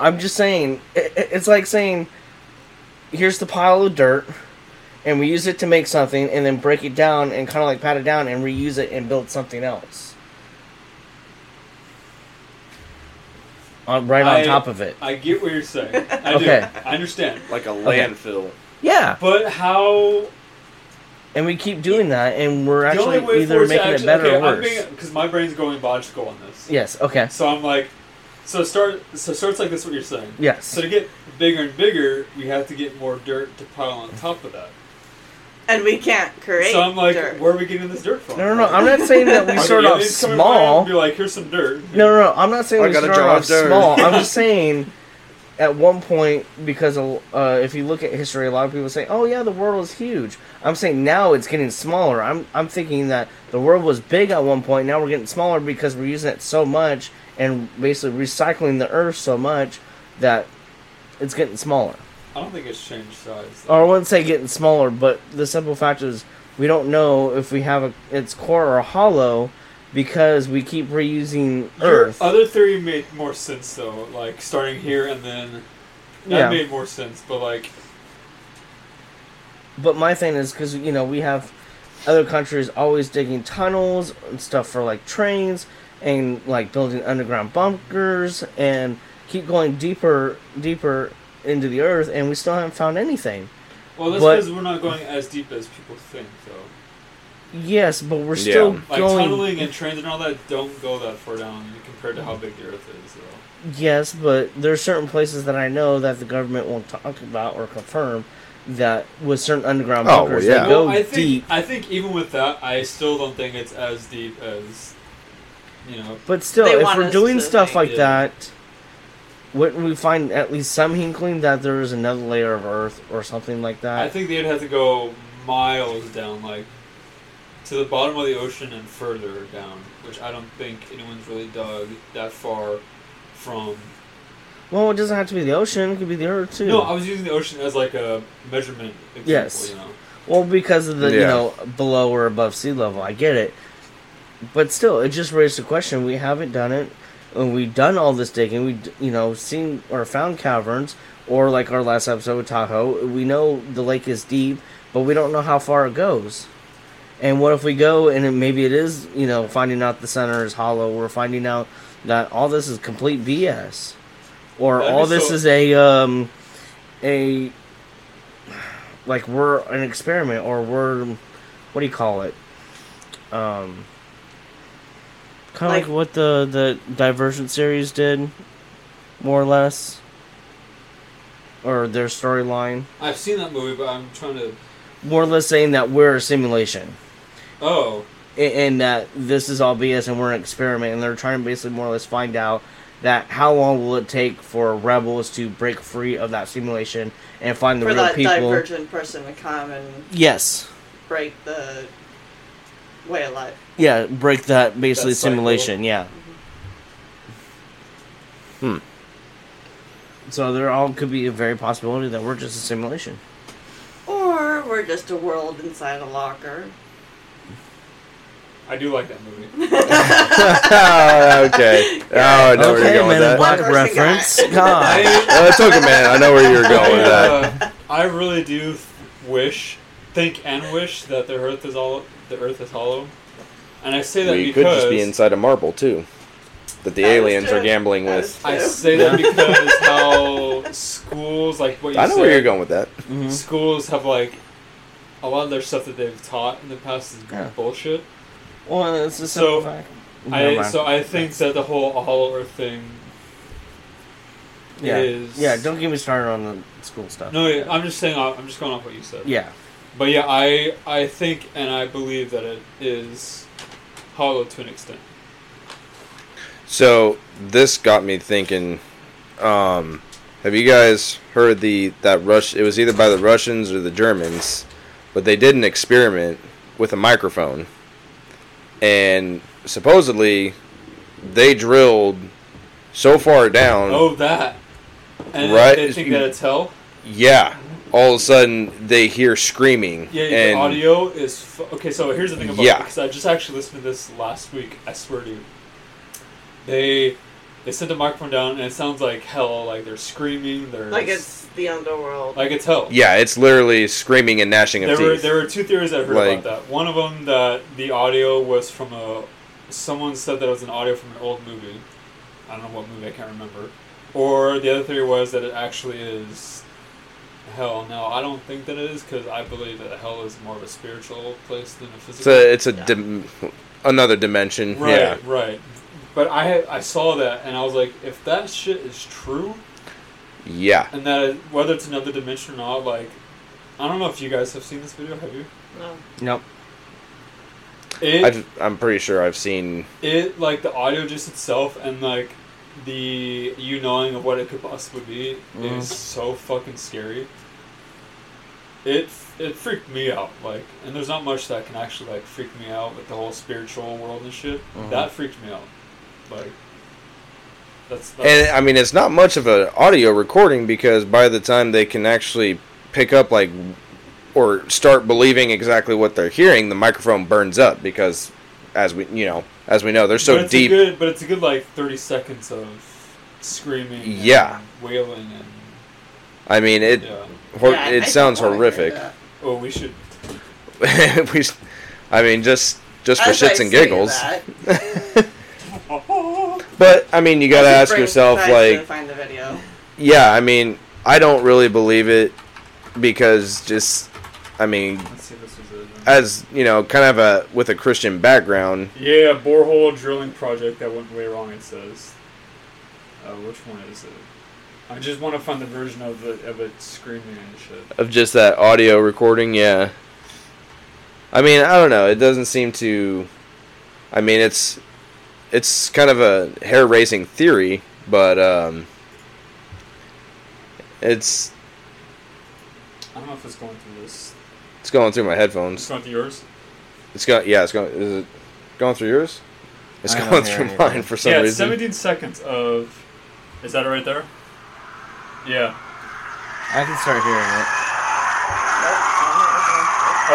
Speaker 2: I'm just saying it, it- it's like saying here's the pile of dirt and we use it to make something and then break it down and kind of like pat it down and reuse it and build something else on, right
Speaker 1: I-
Speaker 2: on top of it
Speaker 1: I get what you're saying. I
Speaker 2: Okay.
Speaker 1: do. I understand.
Speaker 4: Like a
Speaker 2: Okay.
Speaker 4: landfill.
Speaker 2: yeah
Speaker 1: But how
Speaker 2: and we keep doing that and we're
Speaker 1: the only
Speaker 2: actually
Speaker 1: way
Speaker 2: either
Speaker 1: for
Speaker 2: making it better or worse
Speaker 1: Because my brain's going logical on this.
Speaker 2: yes okay
Speaker 1: So I'm like, so start. So starts like this. What you're saying.
Speaker 2: yes
Speaker 1: So to get bigger and bigger, we have to get more dirt to pile on top of that.
Speaker 3: and we can't create.
Speaker 1: so I'm like,
Speaker 3: dirt.
Speaker 1: where are we getting this dirt from?
Speaker 2: no no no I'm not saying that we
Speaker 1: Are the
Speaker 2: start off
Speaker 1: aliens coming around
Speaker 2: small
Speaker 1: and Be like, here's some dirt.
Speaker 2: No, no, no. I'm not saying
Speaker 4: I
Speaker 2: we
Speaker 4: gotta
Speaker 2: started
Speaker 4: draw
Speaker 2: off
Speaker 4: dirt.
Speaker 2: small. I'm just saying, at one point, because uh, if you look at history, a lot of people say, "Oh yeah, the world is huge." I'm saying now it's getting smaller. I'm I'm thinking that the world was big at one point. Now we're getting smaller because we're using it so much and basically recycling the earth so much that it's getting smaller.
Speaker 1: I don't think it's changed size.
Speaker 2: Or I wouldn't say getting smaller, but the simple fact is we don't know if we have a, its core or hollow because we keep reusing
Speaker 1: Your
Speaker 2: Oh, Earth.
Speaker 1: other theory made more sense though, like starting here and then that
Speaker 2: Yeah.
Speaker 1: made more sense. But like,
Speaker 2: But my thing is because you know we have other countries always digging tunnels and stuff for like trains and like building underground bunkers and keep going deeper, deeper into the earth, and we still haven't found anything.
Speaker 1: well, that's
Speaker 2: But-
Speaker 1: because we're not going as deep as people think though.
Speaker 2: Yes, but we're still
Speaker 4: Yeah.
Speaker 1: Like
Speaker 2: going.
Speaker 1: tunneling and trains and all that don't go that far down compared to how big the Earth is though.
Speaker 2: Yes, but there are certain places that I know that the government won't talk about or confirm that with certain underground
Speaker 4: Oh, well,
Speaker 2: bunkers
Speaker 4: yeah.
Speaker 2: they go
Speaker 1: Well, I think
Speaker 2: deep.
Speaker 1: I think even with that, I still don't think it's as deep as you know.
Speaker 2: But still,
Speaker 3: They
Speaker 2: if
Speaker 3: want
Speaker 2: we're
Speaker 3: us
Speaker 2: doing
Speaker 3: to
Speaker 2: stuff
Speaker 3: think
Speaker 2: like
Speaker 1: it-
Speaker 2: that, wouldn't we find at least some inkling that there is another layer of Earth or something like
Speaker 1: I
Speaker 2: that?
Speaker 1: think they'd have to go miles down, like to the bottom of the ocean and further down, which I don't think anyone's really dug that far from.
Speaker 2: well, it doesn't have to be the ocean; it could be the Earth too.
Speaker 1: No, I was using the ocean as like a measurement example.
Speaker 2: Yes.
Speaker 1: You know,
Speaker 2: well, because of the you
Speaker 4: Yeah.
Speaker 2: know below or above sea level, I get it. But still, it just raised the question: we haven't done it, and we've done all this digging. We you know seen or found caverns, or like our last episode with Tahoe, we know the lake is deep, but we don't know how far it goes. And what if we go and it, maybe it is, you know, finding out the center is hollow. We're finding out that all this is complete BS, or
Speaker 1: That'd be
Speaker 2: all this
Speaker 1: so-
Speaker 2: is a um, a like we're an experiment, or we're what do you call it? Um, kind of like,
Speaker 3: Like-
Speaker 2: what the the Divergent series did, more or less, or their storyline.
Speaker 1: I've seen that movie, but I'm trying to.
Speaker 2: More or less saying that we're a simulation.
Speaker 1: Oh,
Speaker 2: and, and that this is all BS and we're an experiment, and they're trying to basically more or less find out that how long will it take for rebels to break free of that simulation and find the
Speaker 3: for
Speaker 2: real
Speaker 3: that
Speaker 2: people?
Speaker 3: divergent person to come and
Speaker 2: Yes,
Speaker 3: break the way of life.
Speaker 2: yeah, break that basically
Speaker 1: That cycle.
Speaker 2: simulation, yeah.
Speaker 3: Mm-hmm.
Speaker 4: Hmm.
Speaker 2: Hmm. So there all could be a very possibility that we're just a simulation.
Speaker 3: Or we're just a world inside a locker.
Speaker 1: I do like that movie.
Speaker 4: okay. Oh, I know where
Speaker 2: okay,
Speaker 4: you're
Speaker 2: man,
Speaker 4: going with
Speaker 2: in
Speaker 4: that.
Speaker 2: black
Speaker 3: One person
Speaker 2: reference.
Speaker 3: got it.
Speaker 2: God.
Speaker 1: I,
Speaker 4: Uh, it's okay, man. I know where you're going
Speaker 1: I,
Speaker 4: with that.
Speaker 1: uh, I really do wish, think, and wish that the Earth is all the Earth is hollow, and I say that
Speaker 4: We could
Speaker 1: because
Speaker 4: just be inside a marble too, that the
Speaker 3: That is
Speaker 4: aliens are
Speaker 3: true.
Speaker 4: gambling
Speaker 3: That
Speaker 4: with.
Speaker 3: is
Speaker 1: I
Speaker 3: true.
Speaker 1: say that because how schools like what you
Speaker 4: I know
Speaker 1: said,
Speaker 4: where you're hmm? going with that.
Speaker 2: Mhm.
Speaker 1: Schools have like a lot of their stuff that they've taught in the past is
Speaker 2: Yeah.
Speaker 1: bullshit.
Speaker 2: Well, it's a
Speaker 1: So,
Speaker 2: simple fact. Never
Speaker 1: I
Speaker 2: mind.
Speaker 1: so I think that the whole Hollow Earth thing
Speaker 2: yeah.
Speaker 1: is
Speaker 2: yeah, don't get me started on the school stuff.
Speaker 1: no. I'm just saying. I'm just going off what you said.
Speaker 2: Yeah.
Speaker 1: But yeah, I I think and I believe that it is hollow to an extent.
Speaker 4: So this got me thinking. Um, have you guys heard the that rush? It was either by the Russians or the Germans, but they did an experiment with a microphone, and supposedly they drilled so far down.
Speaker 1: Oh, that. And
Speaker 4: Um, Right,
Speaker 1: they
Speaker 4: it's-
Speaker 1: think that it's hell.
Speaker 4: Yeah, all of a sudden they hear screaming.
Speaker 1: Yeah,
Speaker 4: and
Speaker 1: the audio is fu- okay. So here's the thing about
Speaker 4: Yeah.
Speaker 1: because I just actually listened to this last week. I swear to you, they they sent the microphone down and it sounds like hell. Like they're screaming. They're
Speaker 3: Like it's the underworld.
Speaker 1: like it's hell.
Speaker 4: Yeah, it's literally screaming and gnashing of
Speaker 1: There
Speaker 4: teeth.
Speaker 1: were there were two theories I heard
Speaker 4: Like-
Speaker 1: about that. One of them that the audio was from a someone said that it was an audio from an old movie. I don't know what movie I can't remember. Or the other theory was that it actually is hell. Now I don't think that it is because I believe that hell is more of a spiritual place than a
Speaker 4: It's
Speaker 1: physical.
Speaker 4: a it's a dim, another dimension.
Speaker 1: right,
Speaker 4: Yeah,
Speaker 1: right. But I I saw that and I was like, if that shit is true,
Speaker 4: yeah.
Speaker 1: and that it, whether it's another dimension or not, like I don't know if you guys have seen this video. Have you?
Speaker 3: No.
Speaker 2: Nope.
Speaker 1: It,
Speaker 4: I've, I'm pretty sure I've seen.
Speaker 1: it like the audio just itself and like the you knowing of what it could possibly be
Speaker 4: Mm-hmm.
Speaker 2: Mhm.
Speaker 1: is so fucking scary. It it freaked me out like, and there's not much that can actually like freak me out with the whole spiritual world and shit.
Speaker 4: Mm-hmm.
Speaker 2: Mhm.
Speaker 1: That freaked me out, like. That's, that's
Speaker 4: And I mean, it's not much of an audio recording because by the time they can actually pick up like or start believing exactly what they're hearing, the microphone burns up because as we you know as we know they're
Speaker 1: but
Speaker 4: so
Speaker 1: it's
Speaker 4: deep.
Speaker 1: A good, but it's a good like thirty seconds of screaming, and
Speaker 4: Yeah.
Speaker 1: wailing, and
Speaker 4: I mean, it
Speaker 1: yeah.
Speaker 4: hor-
Speaker 3: Yeah, I- I
Speaker 4: it
Speaker 3: don't
Speaker 4: sounds
Speaker 3: wanna hear
Speaker 4: horrific.
Speaker 3: that.
Speaker 1: Oh, we should.
Speaker 4: we, s- I mean, just just for
Speaker 3: As I
Speaker 4: shits and
Speaker 3: say
Speaker 4: giggles.
Speaker 3: that,
Speaker 4: But I mean, you gotta
Speaker 3: I should
Speaker 4: ask
Speaker 3: bring
Speaker 4: yourself,
Speaker 3: Tyson
Speaker 4: like,
Speaker 3: to find the video.
Speaker 4: yeah. I mean, I don't really believe it because just, I mean,
Speaker 1: Let's see if this was it.
Speaker 4: as you know, kind of a with a Christian background,
Speaker 1: Yeah, borehole drilling project that went way wrong. It says. Uh, which one is it? I just want to find the version of the of it screaming and shit.
Speaker 4: of just that audio recording, yeah. I mean, I don't know. It doesn't seem to. I mean, it's it's kind of a hair raising theory, but um, it's
Speaker 1: I don't know if it's going through this.
Speaker 4: it's going through my
Speaker 1: It's
Speaker 4: headphones.
Speaker 1: going through yours.
Speaker 4: It's going, yeah, it's going. Is it going through yours? It's
Speaker 2: I don't
Speaker 4: going
Speaker 2: hear
Speaker 4: through
Speaker 2: anything.
Speaker 4: mine for some
Speaker 1: Yeah, it's
Speaker 4: reason.
Speaker 1: 17 seconds of. Is that it right there? Yeah.
Speaker 2: I can start hearing it.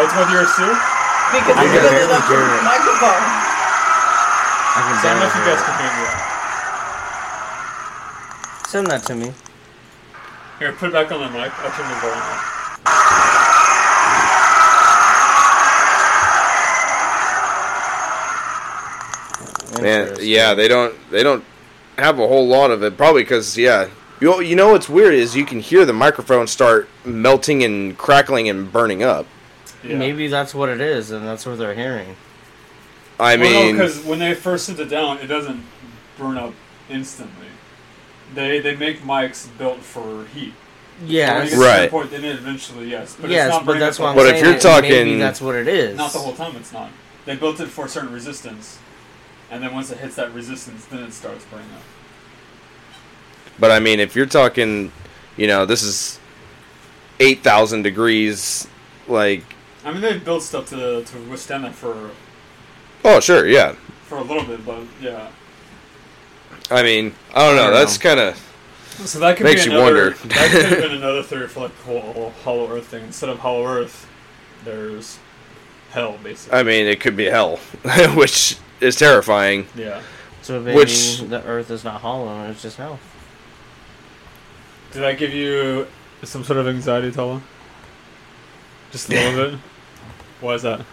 Speaker 1: Oh, it's going through yours too.
Speaker 3: Because
Speaker 2: I can
Speaker 3: it's because
Speaker 2: barely
Speaker 3: of the
Speaker 2: hear it.
Speaker 3: microphone.
Speaker 2: I can
Speaker 1: So I don't know if you guys
Speaker 2: barely hear
Speaker 1: can hear me.
Speaker 2: it. Send that to me.
Speaker 1: Here, put it back on the mic. I'll turn the volume off.
Speaker 4: Man,
Speaker 2: Interesting.
Speaker 4: yeah, they don't they don't have a whole lot of it. Probably because yeah, you you know what's weird is you can hear the microphone start melting and crackling and burning up.
Speaker 1: Yeah.
Speaker 2: Maybe that's what it is, and that's what they're hearing.
Speaker 4: I mean,
Speaker 1: because when they first sit it down, it doesn't burn up instantly. They they make mics built for heat. When it
Speaker 2: Yes.
Speaker 1: gets to that
Speaker 4: Right.
Speaker 1: Point, then it eventually yes, but it's
Speaker 2: Yes,
Speaker 1: not
Speaker 2: but
Speaker 1: burning
Speaker 2: that's
Speaker 1: up
Speaker 2: what I'm
Speaker 1: the
Speaker 4: But
Speaker 1: whole-
Speaker 4: if
Speaker 2: saying.
Speaker 4: you're
Speaker 2: that maybe
Speaker 4: talking-
Speaker 2: that's what it is.
Speaker 1: not the whole time. It's not. They built it for a certain resistance, and then once it hits that resistance, then it starts burning up.
Speaker 4: but I mean, if you're talking, you know, this is eight thousand degrees. Like,
Speaker 1: I mean, they've built stuff to to withstand that for
Speaker 4: oh sure, yeah.
Speaker 1: for a little bit, but yeah.
Speaker 4: I mean, I don't know.
Speaker 2: I don't
Speaker 4: that's
Speaker 2: know.
Speaker 4: kind of
Speaker 1: So that could
Speaker 4: Makes
Speaker 1: be
Speaker 4: you
Speaker 1: another,
Speaker 4: wonder.
Speaker 1: that could have been another theory for like the whole Hollow Earth thing. Instead of Hollow Earth, there's hell basically.
Speaker 4: I mean, it could be hell, which is terrifying.
Speaker 1: yeah.
Speaker 2: So maybe
Speaker 4: Which-
Speaker 2: the Earth is not hollow; it's just hell.
Speaker 1: Did that give you some sort of anxiety, Tala? Just a little bit. Why is that?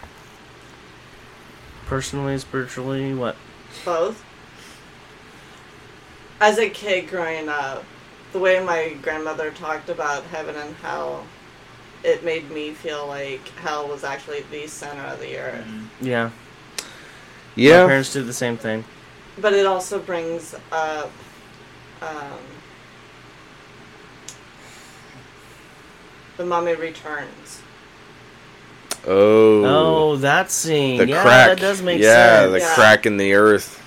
Speaker 2: Personally, spiritually, what?
Speaker 3: Both. As a kid growing up, the way my grandmother talked about heaven and hell, it made me feel like hell was actually the center of the earth.
Speaker 2: Yeah. My
Speaker 4: Yeah,
Speaker 2: parents did the same thing.
Speaker 3: But it also brings up um, the mummy returns.
Speaker 4: Oh,
Speaker 2: Oh, that scene.
Speaker 4: the
Speaker 2: yeah,
Speaker 4: crack.
Speaker 2: that does make
Speaker 4: yeah,
Speaker 2: sense.
Speaker 4: the
Speaker 3: Yeah.
Speaker 4: crack in the earth.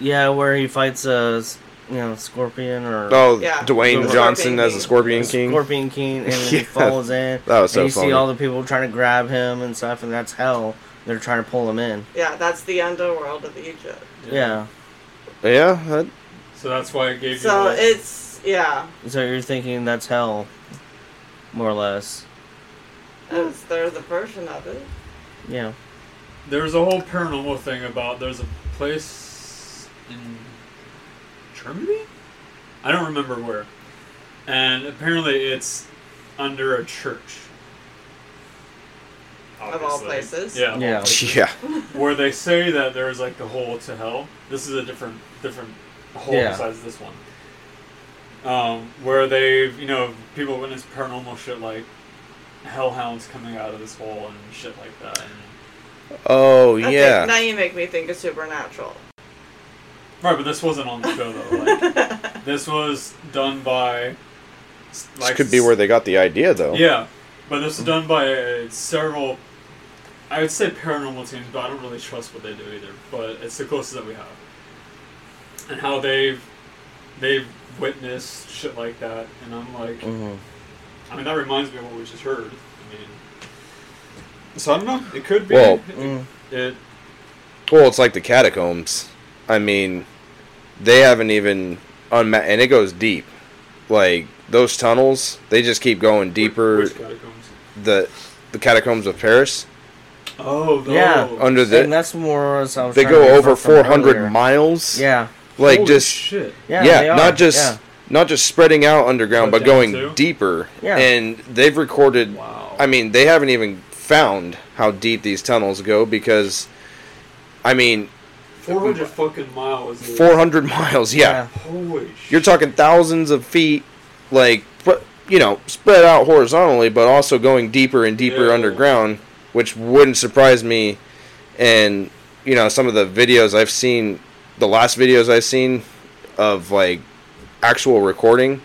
Speaker 2: Yeah, where he fights a s- you know scorpion or
Speaker 4: Oh,
Speaker 3: Yeah.
Speaker 4: Dwayne
Speaker 2: The
Speaker 4: Johnson
Speaker 3: Scorpion
Speaker 4: as the
Speaker 3: King.
Speaker 4: Scorpion King.
Speaker 2: scorpion king, and then
Speaker 4: Yeah.
Speaker 2: he falls in.
Speaker 4: That was so
Speaker 2: and you
Speaker 4: funny.
Speaker 2: see all the people trying to grab him and stuff, and that's hell. They're trying to pull him in.
Speaker 3: Yeah, that's the underworld of Egypt.
Speaker 2: Yeah.
Speaker 4: Yeah, that,
Speaker 1: So that's why it gave you.
Speaker 3: So
Speaker 1: that.
Speaker 3: it's yeah,
Speaker 2: So you're thinking that's hell, more or less.
Speaker 3: it's, there's a version of it.
Speaker 2: Yeah.
Speaker 1: There's a whole paranormal thing about there's a place in Germany? I don't remember where. And apparently it's under a church.
Speaker 3: Of all places.
Speaker 1: Yeah. of all
Speaker 2: Yeah.
Speaker 1: places.
Speaker 4: yeah.
Speaker 1: Where they say that there's like the hole to hell. This is a different different hole
Speaker 2: Yeah.
Speaker 1: besides this one. Um, where they've you know, people witness paranormal shit like hellhounds coming out of this hole and shit like that. And,
Speaker 4: Oh,
Speaker 3: Okay,
Speaker 4: yeah.
Speaker 3: Now you make me think of supernatural.
Speaker 1: right, but this wasn't on the show though. Like, This was done by.
Speaker 4: This could be where they got the idea, though.
Speaker 1: Yeah, but this was done by uh, several. I would say paranormal teams, but I don't really trust what they do either. But it's the closest that we have, and how they've they've witnessed shit like that, and I'm like,
Speaker 2: hmm
Speaker 4: Mm-hmm.
Speaker 1: I mean, that reminds me of what we just heard. I mean, so I don't know. It could be.
Speaker 4: Well-
Speaker 2: Mm.
Speaker 1: it,
Speaker 4: Well, it's like the catacombs. I mean, they haven't even unma- and it goes deep. Like those tunnels, they just keep going deeper.
Speaker 1: Which catacombs?
Speaker 4: the the catacombs of Paris.
Speaker 1: Oh, no.
Speaker 2: Yeah.
Speaker 4: Under
Speaker 2: And
Speaker 4: the,
Speaker 2: that's more. or less I was
Speaker 4: they
Speaker 2: trying
Speaker 4: go
Speaker 2: to
Speaker 4: over
Speaker 2: refer from
Speaker 4: 400
Speaker 2: earlier.
Speaker 4: miles.
Speaker 2: Yeah.
Speaker 4: like
Speaker 1: Holy
Speaker 4: just
Speaker 1: shit.
Speaker 2: Yeah.
Speaker 4: yeah,
Speaker 2: they are.
Speaker 4: not just
Speaker 2: Yeah.
Speaker 4: not just spreading out underground,
Speaker 1: But
Speaker 4: but
Speaker 1: down
Speaker 4: going
Speaker 1: too?
Speaker 4: deeper.
Speaker 2: Yeah.
Speaker 4: And they've recorded.
Speaker 1: Wow.
Speaker 4: I mean, they haven't even found how deep these tunnels go because, I mean,
Speaker 1: 400 fucking miles. dude.
Speaker 4: 400 miles. yeah.
Speaker 2: Yeah.
Speaker 1: Holy shit.
Speaker 4: you're talking thousands of feet, like sp- you know, spread out horizontally, but also going deeper and deeper
Speaker 1: Yeah.
Speaker 4: underground, which wouldn't surprise me. And you know, some of the videos I've seen, the last videos I've seen of like actual recording.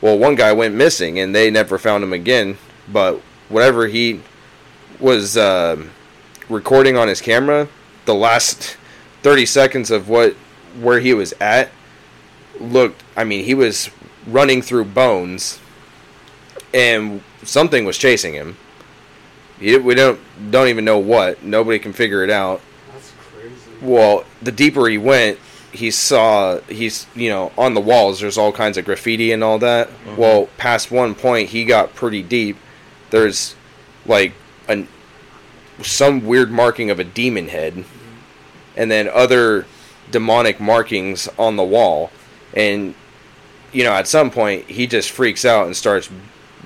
Speaker 4: Well, one guy went missing, and they never found him again. But whatever he was um recording on his camera, the last thirty seconds of what where he was at looked i mean he was running through bones and something was chasing him He- we don't don't even know what nobody can figure it out
Speaker 1: That's crazy.
Speaker 4: well the deeper he went he saw he's you know on the walls there's all kinds of graffiti and all that well past one point he got pretty deep there's like an some weird marking of a demon head and then other demonic markings on the wall and you know at some point he just freaks out and starts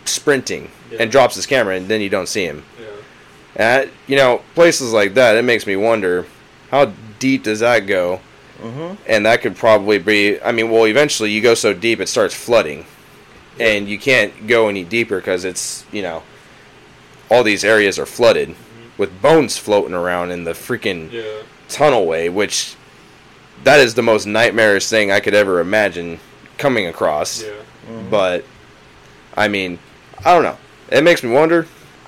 Speaker 4: sprinting
Speaker 1: Yeah.
Speaker 4: and drops his camera and then you don't see him
Speaker 1: Yeah.
Speaker 4: and I- you know, places like that, it makes me wonder how deep does that go?
Speaker 1: Mm-hmm.
Speaker 2: Mhm.
Speaker 4: And that could probably be. I mean, well, eventually you go so deep it starts flooding, and you can't go any deeper because it's you know, all these areas are flooded with bones floating around in the freaking
Speaker 1: Mm-hmm. Yeah.
Speaker 4: tunnelway, which that is the most nightmarish thing I could ever imagine coming across.
Speaker 1: Yeah. Mm-hmm.
Speaker 4: But I mean, I don't know. It makes me wonder.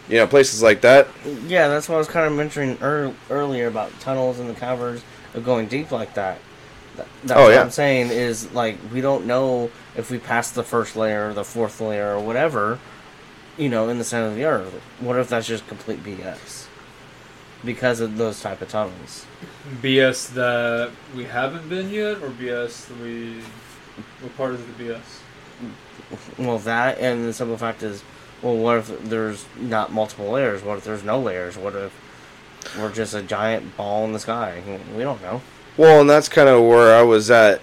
Speaker 4: You know, places like that.
Speaker 2: Yeah, that's what I was kind of mentioning ear earlier about tunnels and the caverns of going deep like that. Th- That's
Speaker 4: Oh,
Speaker 2: what
Speaker 4: yeah.
Speaker 2: I'm saying is like we don't know if we pass the first layer or the fourth layer or whatever, you know, in the center of the earth. What if that's just complete BS? Because of those type of tunnels.
Speaker 1: BS that we haven't been yet, or BS that we. What part is the BS?
Speaker 2: Well, that and the simple fact is, well, what if there's not multiple layers? What if there's no layers? What if we're just a giant ball in the sky? We don't know.
Speaker 4: Well, and that's kind of where I was at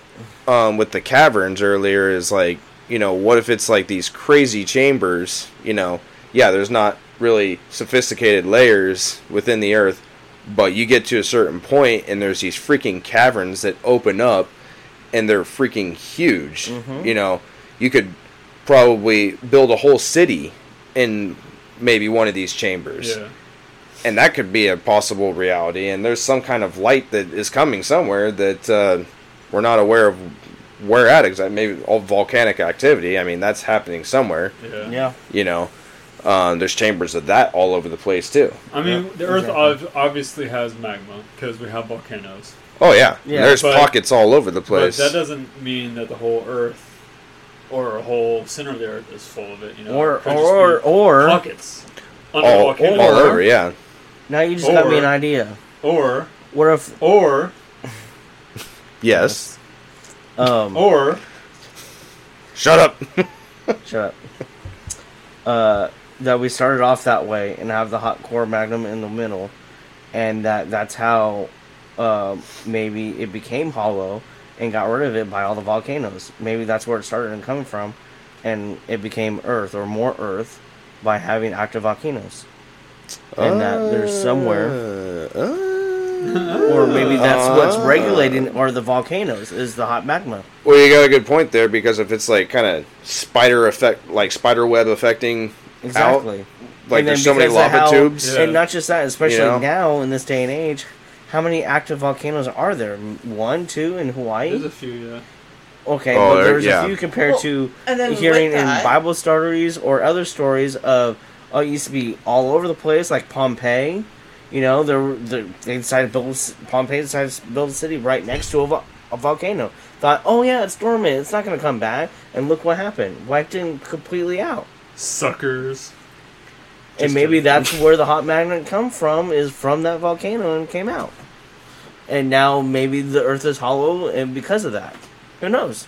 Speaker 4: um, with the caverns earlier. Is like, you know, what if it's like these crazy chambers? You know, yeah, there's not really sophisticated layers within the earth, but you get to a certain point and there's these freaking caverns that open up, and they're freaking huge.
Speaker 2: Mhm.
Speaker 4: You know, you could probably build a whole city in maybe one of these chambers
Speaker 1: Yeah.
Speaker 4: and that could be a possible reality. And there's some kind of light that is coming somewhere that uh, we're not aware of where at exactly. Maybe all volcanic activity. I mean, that's happening somewhere,
Speaker 1: Yeah.
Speaker 2: Yeah.
Speaker 4: you know. Uh, there's chambers of that all over the place too.
Speaker 1: I mean,
Speaker 5: Yeah,
Speaker 1: the Earth
Speaker 5: exactly.
Speaker 1: ob- obviously has magma because we have volcanoes.
Speaker 4: Oh yeah,
Speaker 2: Yeah,
Speaker 4: there's
Speaker 1: but-
Speaker 4: pockets all over the place.
Speaker 1: But that doesn't mean that the whole Earth or a whole center of the Earth is full of it. You know,
Speaker 2: Or
Speaker 1: It could just
Speaker 2: or
Speaker 1: be
Speaker 2: or
Speaker 1: pockets under
Speaker 4: all,
Speaker 1: volcanoes.
Speaker 4: all over, yeah.
Speaker 2: now you just got me
Speaker 1: or-
Speaker 2: an idea.
Speaker 1: or
Speaker 2: What if
Speaker 1: or
Speaker 4: Yes.
Speaker 2: um
Speaker 1: or
Speaker 4: Shut up.
Speaker 2: shut up uh that we started off that way and have the hot core magnum in the middle, and that that's how um maybe it became hollow and got rid of it by all the volcanoes. Maybe that's where it started and coming from, and it became Earth or more Earth by having active volcanoes. And that there's somewhere
Speaker 4: Uh, uh.
Speaker 2: or maybe that's what's
Speaker 4: Ah.
Speaker 2: regulating or the volcanoes is the hot magma.
Speaker 4: Well, you got a good point there because if it's like kind of spider effect, like spider web affecting
Speaker 2: Exactly.
Speaker 4: out,
Speaker 2: And
Speaker 4: like
Speaker 2: then
Speaker 4: there's so many
Speaker 2: because of
Speaker 4: lava
Speaker 2: how-
Speaker 4: tubes.
Speaker 1: Yeah.
Speaker 2: And not just that, especially
Speaker 4: You know?
Speaker 2: now in this day and age, how many active volcanoes are there? One, two in Hawaii?
Speaker 1: there's a few. Yeah,
Speaker 2: okay,
Speaker 4: Oh,
Speaker 2: but
Speaker 4: there-
Speaker 2: there's
Speaker 4: yeah.
Speaker 2: a few compared
Speaker 3: Well,
Speaker 2: to
Speaker 3: and then with
Speaker 2: hearing in
Speaker 3: that-
Speaker 2: Bible stories or other stories of, oh, it used to be all over the place, like Pompeii. You know, there were- there- they decided to build a c- Pompeii decided to build a city right next to a, vo- a volcano. Thought, oh yeah, it's dormant, it's not going to come back, and look what happened. Wiped it completely out.
Speaker 1: suckers.
Speaker 2: and
Speaker 1: Just
Speaker 2: maybe
Speaker 1: kidding.
Speaker 2: that's where the hot magnet come from is from that volcano and came out and now maybe the earth is hollow and because of that who knows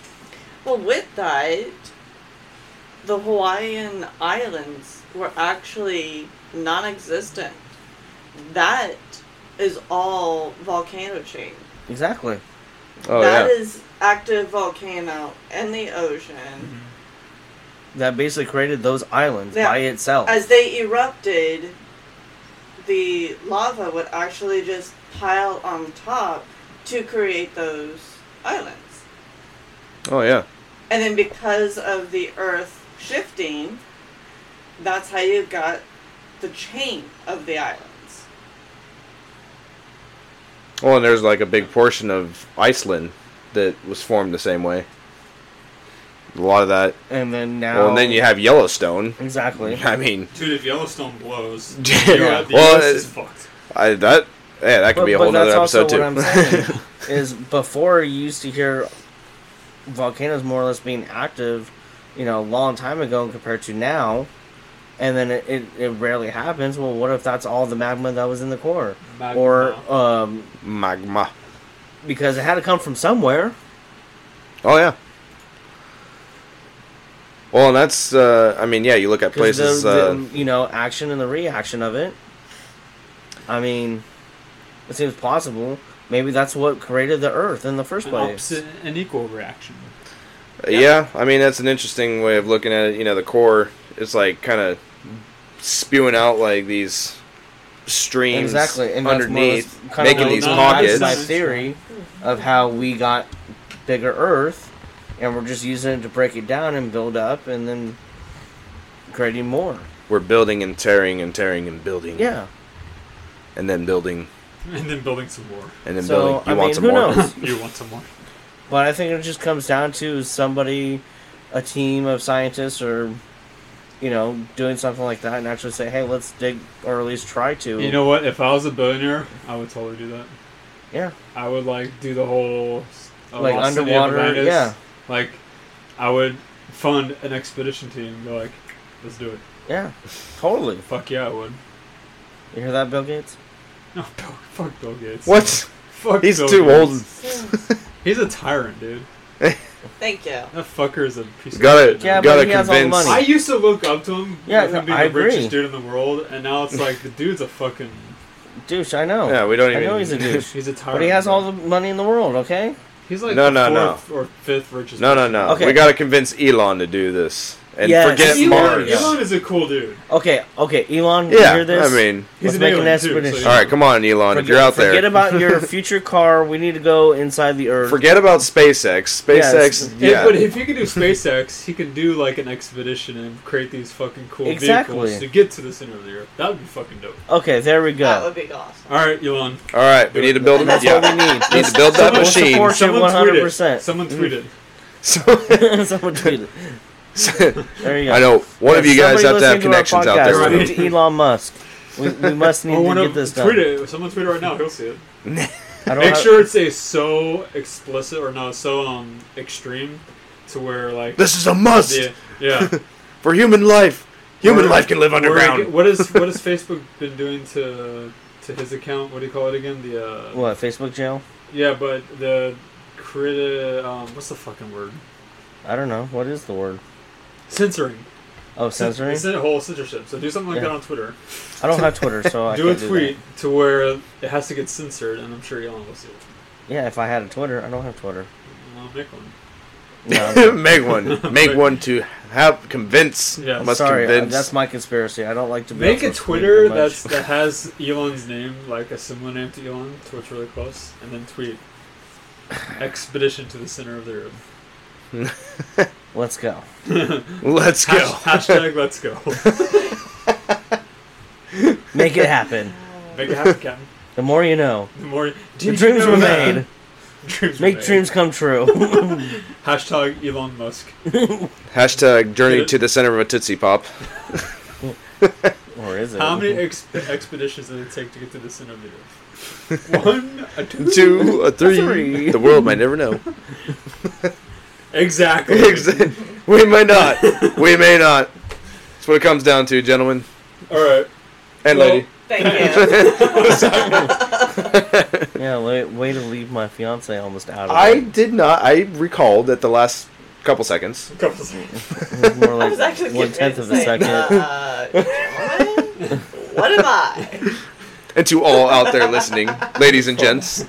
Speaker 3: Well, with that, the Hawaiian islands were actually non existent. That is all volcano chain.
Speaker 2: exactly
Speaker 4: Oh
Speaker 3: That
Speaker 4: yeah.
Speaker 3: is active volcano in the ocean.
Speaker 4: Mm-hmm.
Speaker 2: that basically created those islands
Speaker 3: Yeah.
Speaker 2: by itself
Speaker 3: As they erupted, the lava would actually just pile on top to create those islands.
Speaker 4: Oh yeah.
Speaker 3: And then because of the earth shifting, that's how you got the chain of the islands.
Speaker 4: Well, and there's like a big portion of Iceland that was formed the same way. A lot of that.
Speaker 2: and then now
Speaker 4: Well, and then you have Yellowstone.
Speaker 2: exactly
Speaker 4: I mean,
Speaker 1: Dude, if Yellowstone blows,
Speaker 4: Yeah.
Speaker 1: you're at the
Speaker 4: Well,
Speaker 1: US
Speaker 4: it-
Speaker 1: is fucked.
Speaker 4: I that yeah, that could be a whole other episode too.
Speaker 2: saying is before you used to hear volcanoes more or less being active, you know, a long time ago compared to now, and then it, it, it rarely happens. Well, what if that's all the magma that was in the core,
Speaker 1: Magma.
Speaker 2: or um,
Speaker 4: Magma.
Speaker 2: because it had to come from somewhere?
Speaker 4: Oh yeah. Well, and that's uh, I mean, yeah, you look at
Speaker 2: 'Cause
Speaker 4: places.
Speaker 2: the,
Speaker 4: uh,
Speaker 2: the, you know, action and the reaction of it. I mean, it seems plausible. Maybe that's what created the Earth in the first
Speaker 1: an
Speaker 2: place.
Speaker 1: opposite and equal reaction.
Speaker 4: Yeah. I mean that's an interesting way of looking at it. You know, the core is like kind of spewing out like these streams
Speaker 2: exactly and that's more or less
Speaker 4: underneath,
Speaker 2: kinda
Speaker 4: making
Speaker 2: what
Speaker 4: these
Speaker 2: drives
Speaker 1: pockets.
Speaker 2: my
Speaker 4: pockets.
Speaker 2: theory of how we got bigger Earth, and we're just using it to break it down and build up, and then creating more.
Speaker 4: We're building and tearing and tearing and building,
Speaker 2: Yeah.
Speaker 4: and then building
Speaker 1: And then building some more.
Speaker 4: and then building.
Speaker 2: so I
Speaker 4: You want
Speaker 2: mean,
Speaker 4: some
Speaker 2: who
Speaker 4: more?
Speaker 2: knows?
Speaker 1: You want some more.
Speaker 2: but I think it just comes down to somebody, a team of scientists, or you know, doing something like that, and actually say, "Hey, let's dig, or at least try to."
Speaker 1: You know what? If I was a billionaire, I would totally do that.
Speaker 2: Yeah.
Speaker 1: I would like do the whole uh,
Speaker 2: Like,
Speaker 1: Lost City of
Speaker 2: underwater,
Speaker 1: Atlantis.
Speaker 2: yeah.
Speaker 1: Like, I would fund an expedition team. And be like, let's do it.
Speaker 2: Yeah. Totally.
Speaker 1: Fuck yeah, I would.
Speaker 2: You hear that, Bill Gates?
Speaker 1: No, Bill, fuck Bill Gates.
Speaker 4: What?
Speaker 1: Fuck
Speaker 4: He's
Speaker 1: Bill
Speaker 4: too
Speaker 1: Gates.
Speaker 4: old.
Speaker 1: He's a tyrant, dude.
Speaker 3: Thank you.
Speaker 1: That fucker is a piece
Speaker 4: Got
Speaker 1: of
Speaker 4: it.
Speaker 1: shit.
Speaker 2: Yeah, but
Speaker 4: Got to
Speaker 2: he has all the
Speaker 4: convince.
Speaker 2: money.
Speaker 1: I used to look up to him
Speaker 2: Yeah,
Speaker 1: with him
Speaker 2: no,
Speaker 1: being
Speaker 2: I
Speaker 1: the richest
Speaker 2: agree.
Speaker 1: dude in the world, and now it's like the dude's a fucking
Speaker 2: Douche. I know.
Speaker 4: Yeah, we don't
Speaker 2: I
Speaker 4: even.
Speaker 2: know he's a douche.
Speaker 1: he's a tyrant.
Speaker 2: But he has
Speaker 1: bro.
Speaker 2: all the money in the world, okay?
Speaker 1: He's like
Speaker 4: No,
Speaker 1: the
Speaker 4: no, no.
Speaker 1: fourth or fifth richest.
Speaker 4: no, no,
Speaker 1: person.
Speaker 4: no.
Speaker 2: Okay.
Speaker 4: We got to convince Elon to do this and
Speaker 2: Yes.
Speaker 4: forget
Speaker 1: Elon,
Speaker 4: Mars.
Speaker 1: Elon is a cool dude.
Speaker 2: Okay, okay, Elon, you
Speaker 4: Yeah,
Speaker 2: hear this?
Speaker 4: I mean,
Speaker 1: He's
Speaker 2: Let's
Speaker 1: an
Speaker 2: make an
Speaker 1: alien, too, so
Speaker 2: expedition.
Speaker 1: yeah.
Speaker 4: all right, come on, Elon. if
Speaker 2: Forget-
Speaker 4: you're out there,
Speaker 2: Forget about your future car. We need to go inside the Earth.
Speaker 4: Forget about SpaceX. SpaceX,
Speaker 2: Yes.
Speaker 1: If-
Speaker 4: yeah.
Speaker 1: but if he can do SpaceX, he can do like an expedition and create these fucking cool
Speaker 2: Exactly.
Speaker 1: vehicles to get to the center of the earth. That would be fucking dope.
Speaker 2: Okay, there we
Speaker 3: That
Speaker 2: go.
Speaker 3: would be awesome.
Speaker 1: All right, Elon.
Speaker 4: All right, we need to build.
Speaker 2: And
Speaker 4: A,
Speaker 2: that's
Speaker 4: yeah,
Speaker 2: what we need.
Speaker 4: need to build that
Speaker 2: Someone
Speaker 4: machine.
Speaker 2: support- Bullshit
Speaker 1: Someone tweeted.
Speaker 2: 100%.
Speaker 1: Someone tweeted.
Speaker 4: So,
Speaker 2: Someone tweeted. There you go.
Speaker 4: I know one of
Speaker 2: If
Speaker 4: you guys have
Speaker 2: somebody
Speaker 4: to
Speaker 2: listening
Speaker 4: have
Speaker 2: our
Speaker 4: connections out
Speaker 2: podcast,
Speaker 4: there.
Speaker 1: Right.
Speaker 2: listen to Elon Musk. We, we must need
Speaker 1: Or one
Speaker 2: to
Speaker 1: of
Speaker 2: get this done.
Speaker 1: tweet it. Someone tweet it right now. He'll see it.
Speaker 2: I don't
Speaker 1: Make
Speaker 2: have-
Speaker 1: sure it's a so explicit or no, so um extreme to where like
Speaker 4: This is a must
Speaker 1: yeah, yeah.
Speaker 4: for human life. Human
Speaker 1: Or-
Speaker 4: life can live
Speaker 1: Or
Speaker 4: underground.
Speaker 1: ag- What is what has Facebook been doing to to his account? What do you call it again? The uh,
Speaker 2: What Facebook jail?
Speaker 1: yeah, but the crit um, what's the fucking word?
Speaker 2: I don't know. What is the word?
Speaker 1: Censoring.
Speaker 2: Oh, censoring.
Speaker 1: It's a whole censorship. So do something like
Speaker 2: Yeah.
Speaker 1: that on Twitter.
Speaker 2: I don't have Twitter, so I
Speaker 1: do a
Speaker 2: can't
Speaker 1: tweet to where it has to get censored, and I'm sure Elon will see it.
Speaker 2: that. Yeah, if I had a Twitter, I don't have Twitter.
Speaker 1: Well, make one.
Speaker 2: No, I'm-
Speaker 4: Make one. Make one to have convince.
Speaker 1: Yeah.
Speaker 4: must
Speaker 2: sorry, uh,
Speaker 4: convince.
Speaker 2: that's my conspiracy. I don't like to be
Speaker 1: Make
Speaker 2: on
Speaker 1: a
Speaker 2: social
Speaker 1: Twitter
Speaker 2: media much.
Speaker 1: that's that has Elon's name, like a similar name to Elon, to what's really close, and then tweet expedition to the center of the earth.
Speaker 2: Let's go.
Speaker 4: Let's
Speaker 1: Hash-
Speaker 4: go.
Speaker 1: hashtag let's go.
Speaker 2: Make it happen.
Speaker 1: Make it happen, Captain.
Speaker 2: The more you know.
Speaker 1: The more
Speaker 2: The dreams were made.
Speaker 1: Dreams were
Speaker 2: Make
Speaker 1: made.
Speaker 2: dreams come true.
Speaker 1: Hashtag Elon Musk.
Speaker 4: Hashtag journey
Speaker 1: Get it?
Speaker 4: to the center of a Tootsie Pop.
Speaker 2: or is it?
Speaker 1: How many ex- expeditions did it take to get to the center of the earth? One, a two.
Speaker 4: Two, a three.
Speaker 2: Three.
Speaker 4: The world might never know.
Speaker 1: Exactly.
Speaker 4: Exa- we may not. We may not. That's what it comes down to, gentlemen
Speaker 1: All right.
Speaker 4: and
Speaker 1: Well,
Speaker 4: lady.
Speaker 3: Thank you.
Speaker 2: Yeah, way, way to leave my fiance almost out of
Speaker 4: I
Speaker 2: it.
Speaker 4: did not. I recalled at the last couple seconds.
Speaker 1: A couple seconds.
Speaker 2: It was more
Speaker 3: I was
Speaker 2: like
Speaker 3: actually
Speaker 2: one
Speaker 3: getting
Speaker 2: tenth
Speaker 3: ready to
Speaker 2: of a
Speaker 3: say,
Speaker 2: second.
Speaker 3: Uh, gentlemen, what am I?
Speaker 4: And to all out there listening, ladies and gents.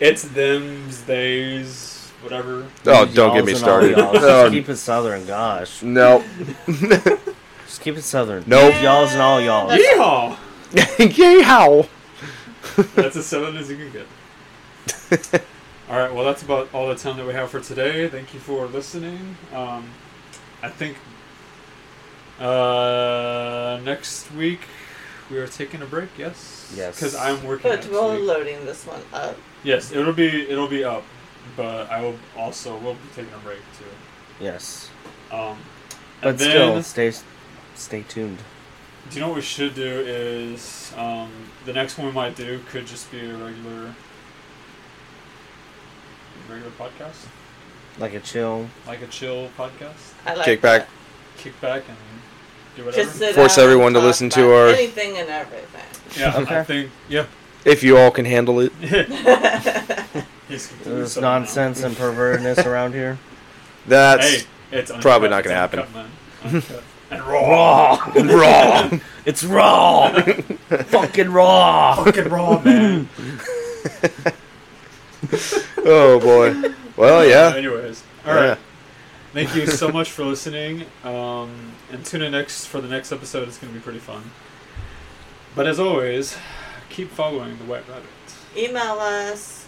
Speaker 1: It's them's, they's, whatever.
Speaker 4: Oh, don't get me
Speaker 2: Y'alls and all
Speaker 4: started.
Speaker 2: y'alls.
Speaker 4: Oh,
Speaker 2: Just keep it southern, gosh.
Speaker 4: no.
Speaker 2: Just keep it southern.
Speaker 4: Nope.
Speaker 2: Y'all's and all y'all.
Speaker 1: Yeehaw!
Speaker 4: Yay, how?
Speaker 1: That's as southern as you can get. all right. Well, that's about all the time that we have for today. Thank you for listening. Um, I think uh, next week we are taking a break. Yes.
Speaker 2: Yes.
Speaker 1: Because I'm working.
Speaker 3: But
Speaker 1: next
Speaker 3: we're
Speaker 1: week.
Speaker 3: loading this one up.
Speaker 1: Yes, it'll be it'll be up, but I will also will be taking a break too.
Speaker 2: Yes.
Speaker 1: Um,
Speaker 2: But
Speaker 1: and then,
Speaker 2: still, stay stay tuned.
Speaker 1: do you know what we should do? Is um, the next one we might do could just be a regular regular podcast,
Speaker 2: Like a chill.
Speaker 1: like a chill podcast,
Speaker 3: I like
Speaker 4: Kick back.
Speaker 3: that.
Speaker 1: kick back and do whatever.
Speaker 3: Just sit
Speaker 4: Force
Speaker 3: down and
Speaker 4: everyone to
Speaker 3: talk
Speaker 4: listen to
Speaker 3: about
Speaker 4: our-
Speaker 3: anything and everything.
Speaker 1: yeah, I
Speaker 2: Okay.
Speaker 1: think yeah.
Speaker 4: If you all can handle it.
Speaker 1: He's completely
Speaker 2: This
Speaker 1: southern now.
Speaker 2: nonsense and pervertedness around here.
Speaker 4: That's
Speaker 1: Hey, it's
Speaker 4: probably
Speaker 1: uncut,
Speaker 4: not
Speaker 1: it's
Speaker 4: gonna happen.
Speaker 1: uncut, man. Uncut. and raw,
Speaker 2: Raw.
Speaker 4: raw.
Speaker 2: It's raw. Fucking raw.
Speaker 1: fucking raw, man.
Speaker 4: Oh boy. Well, yeah.
Speaker 1: Anyways, all right.
Speaker 4: Yeah.
Speaker 1: Thank you so much for listening. Um, and tune in next for the next episode. It's going to be pretty fun. But as always, keep following the White Rabbit.
Speaker 3: Email us.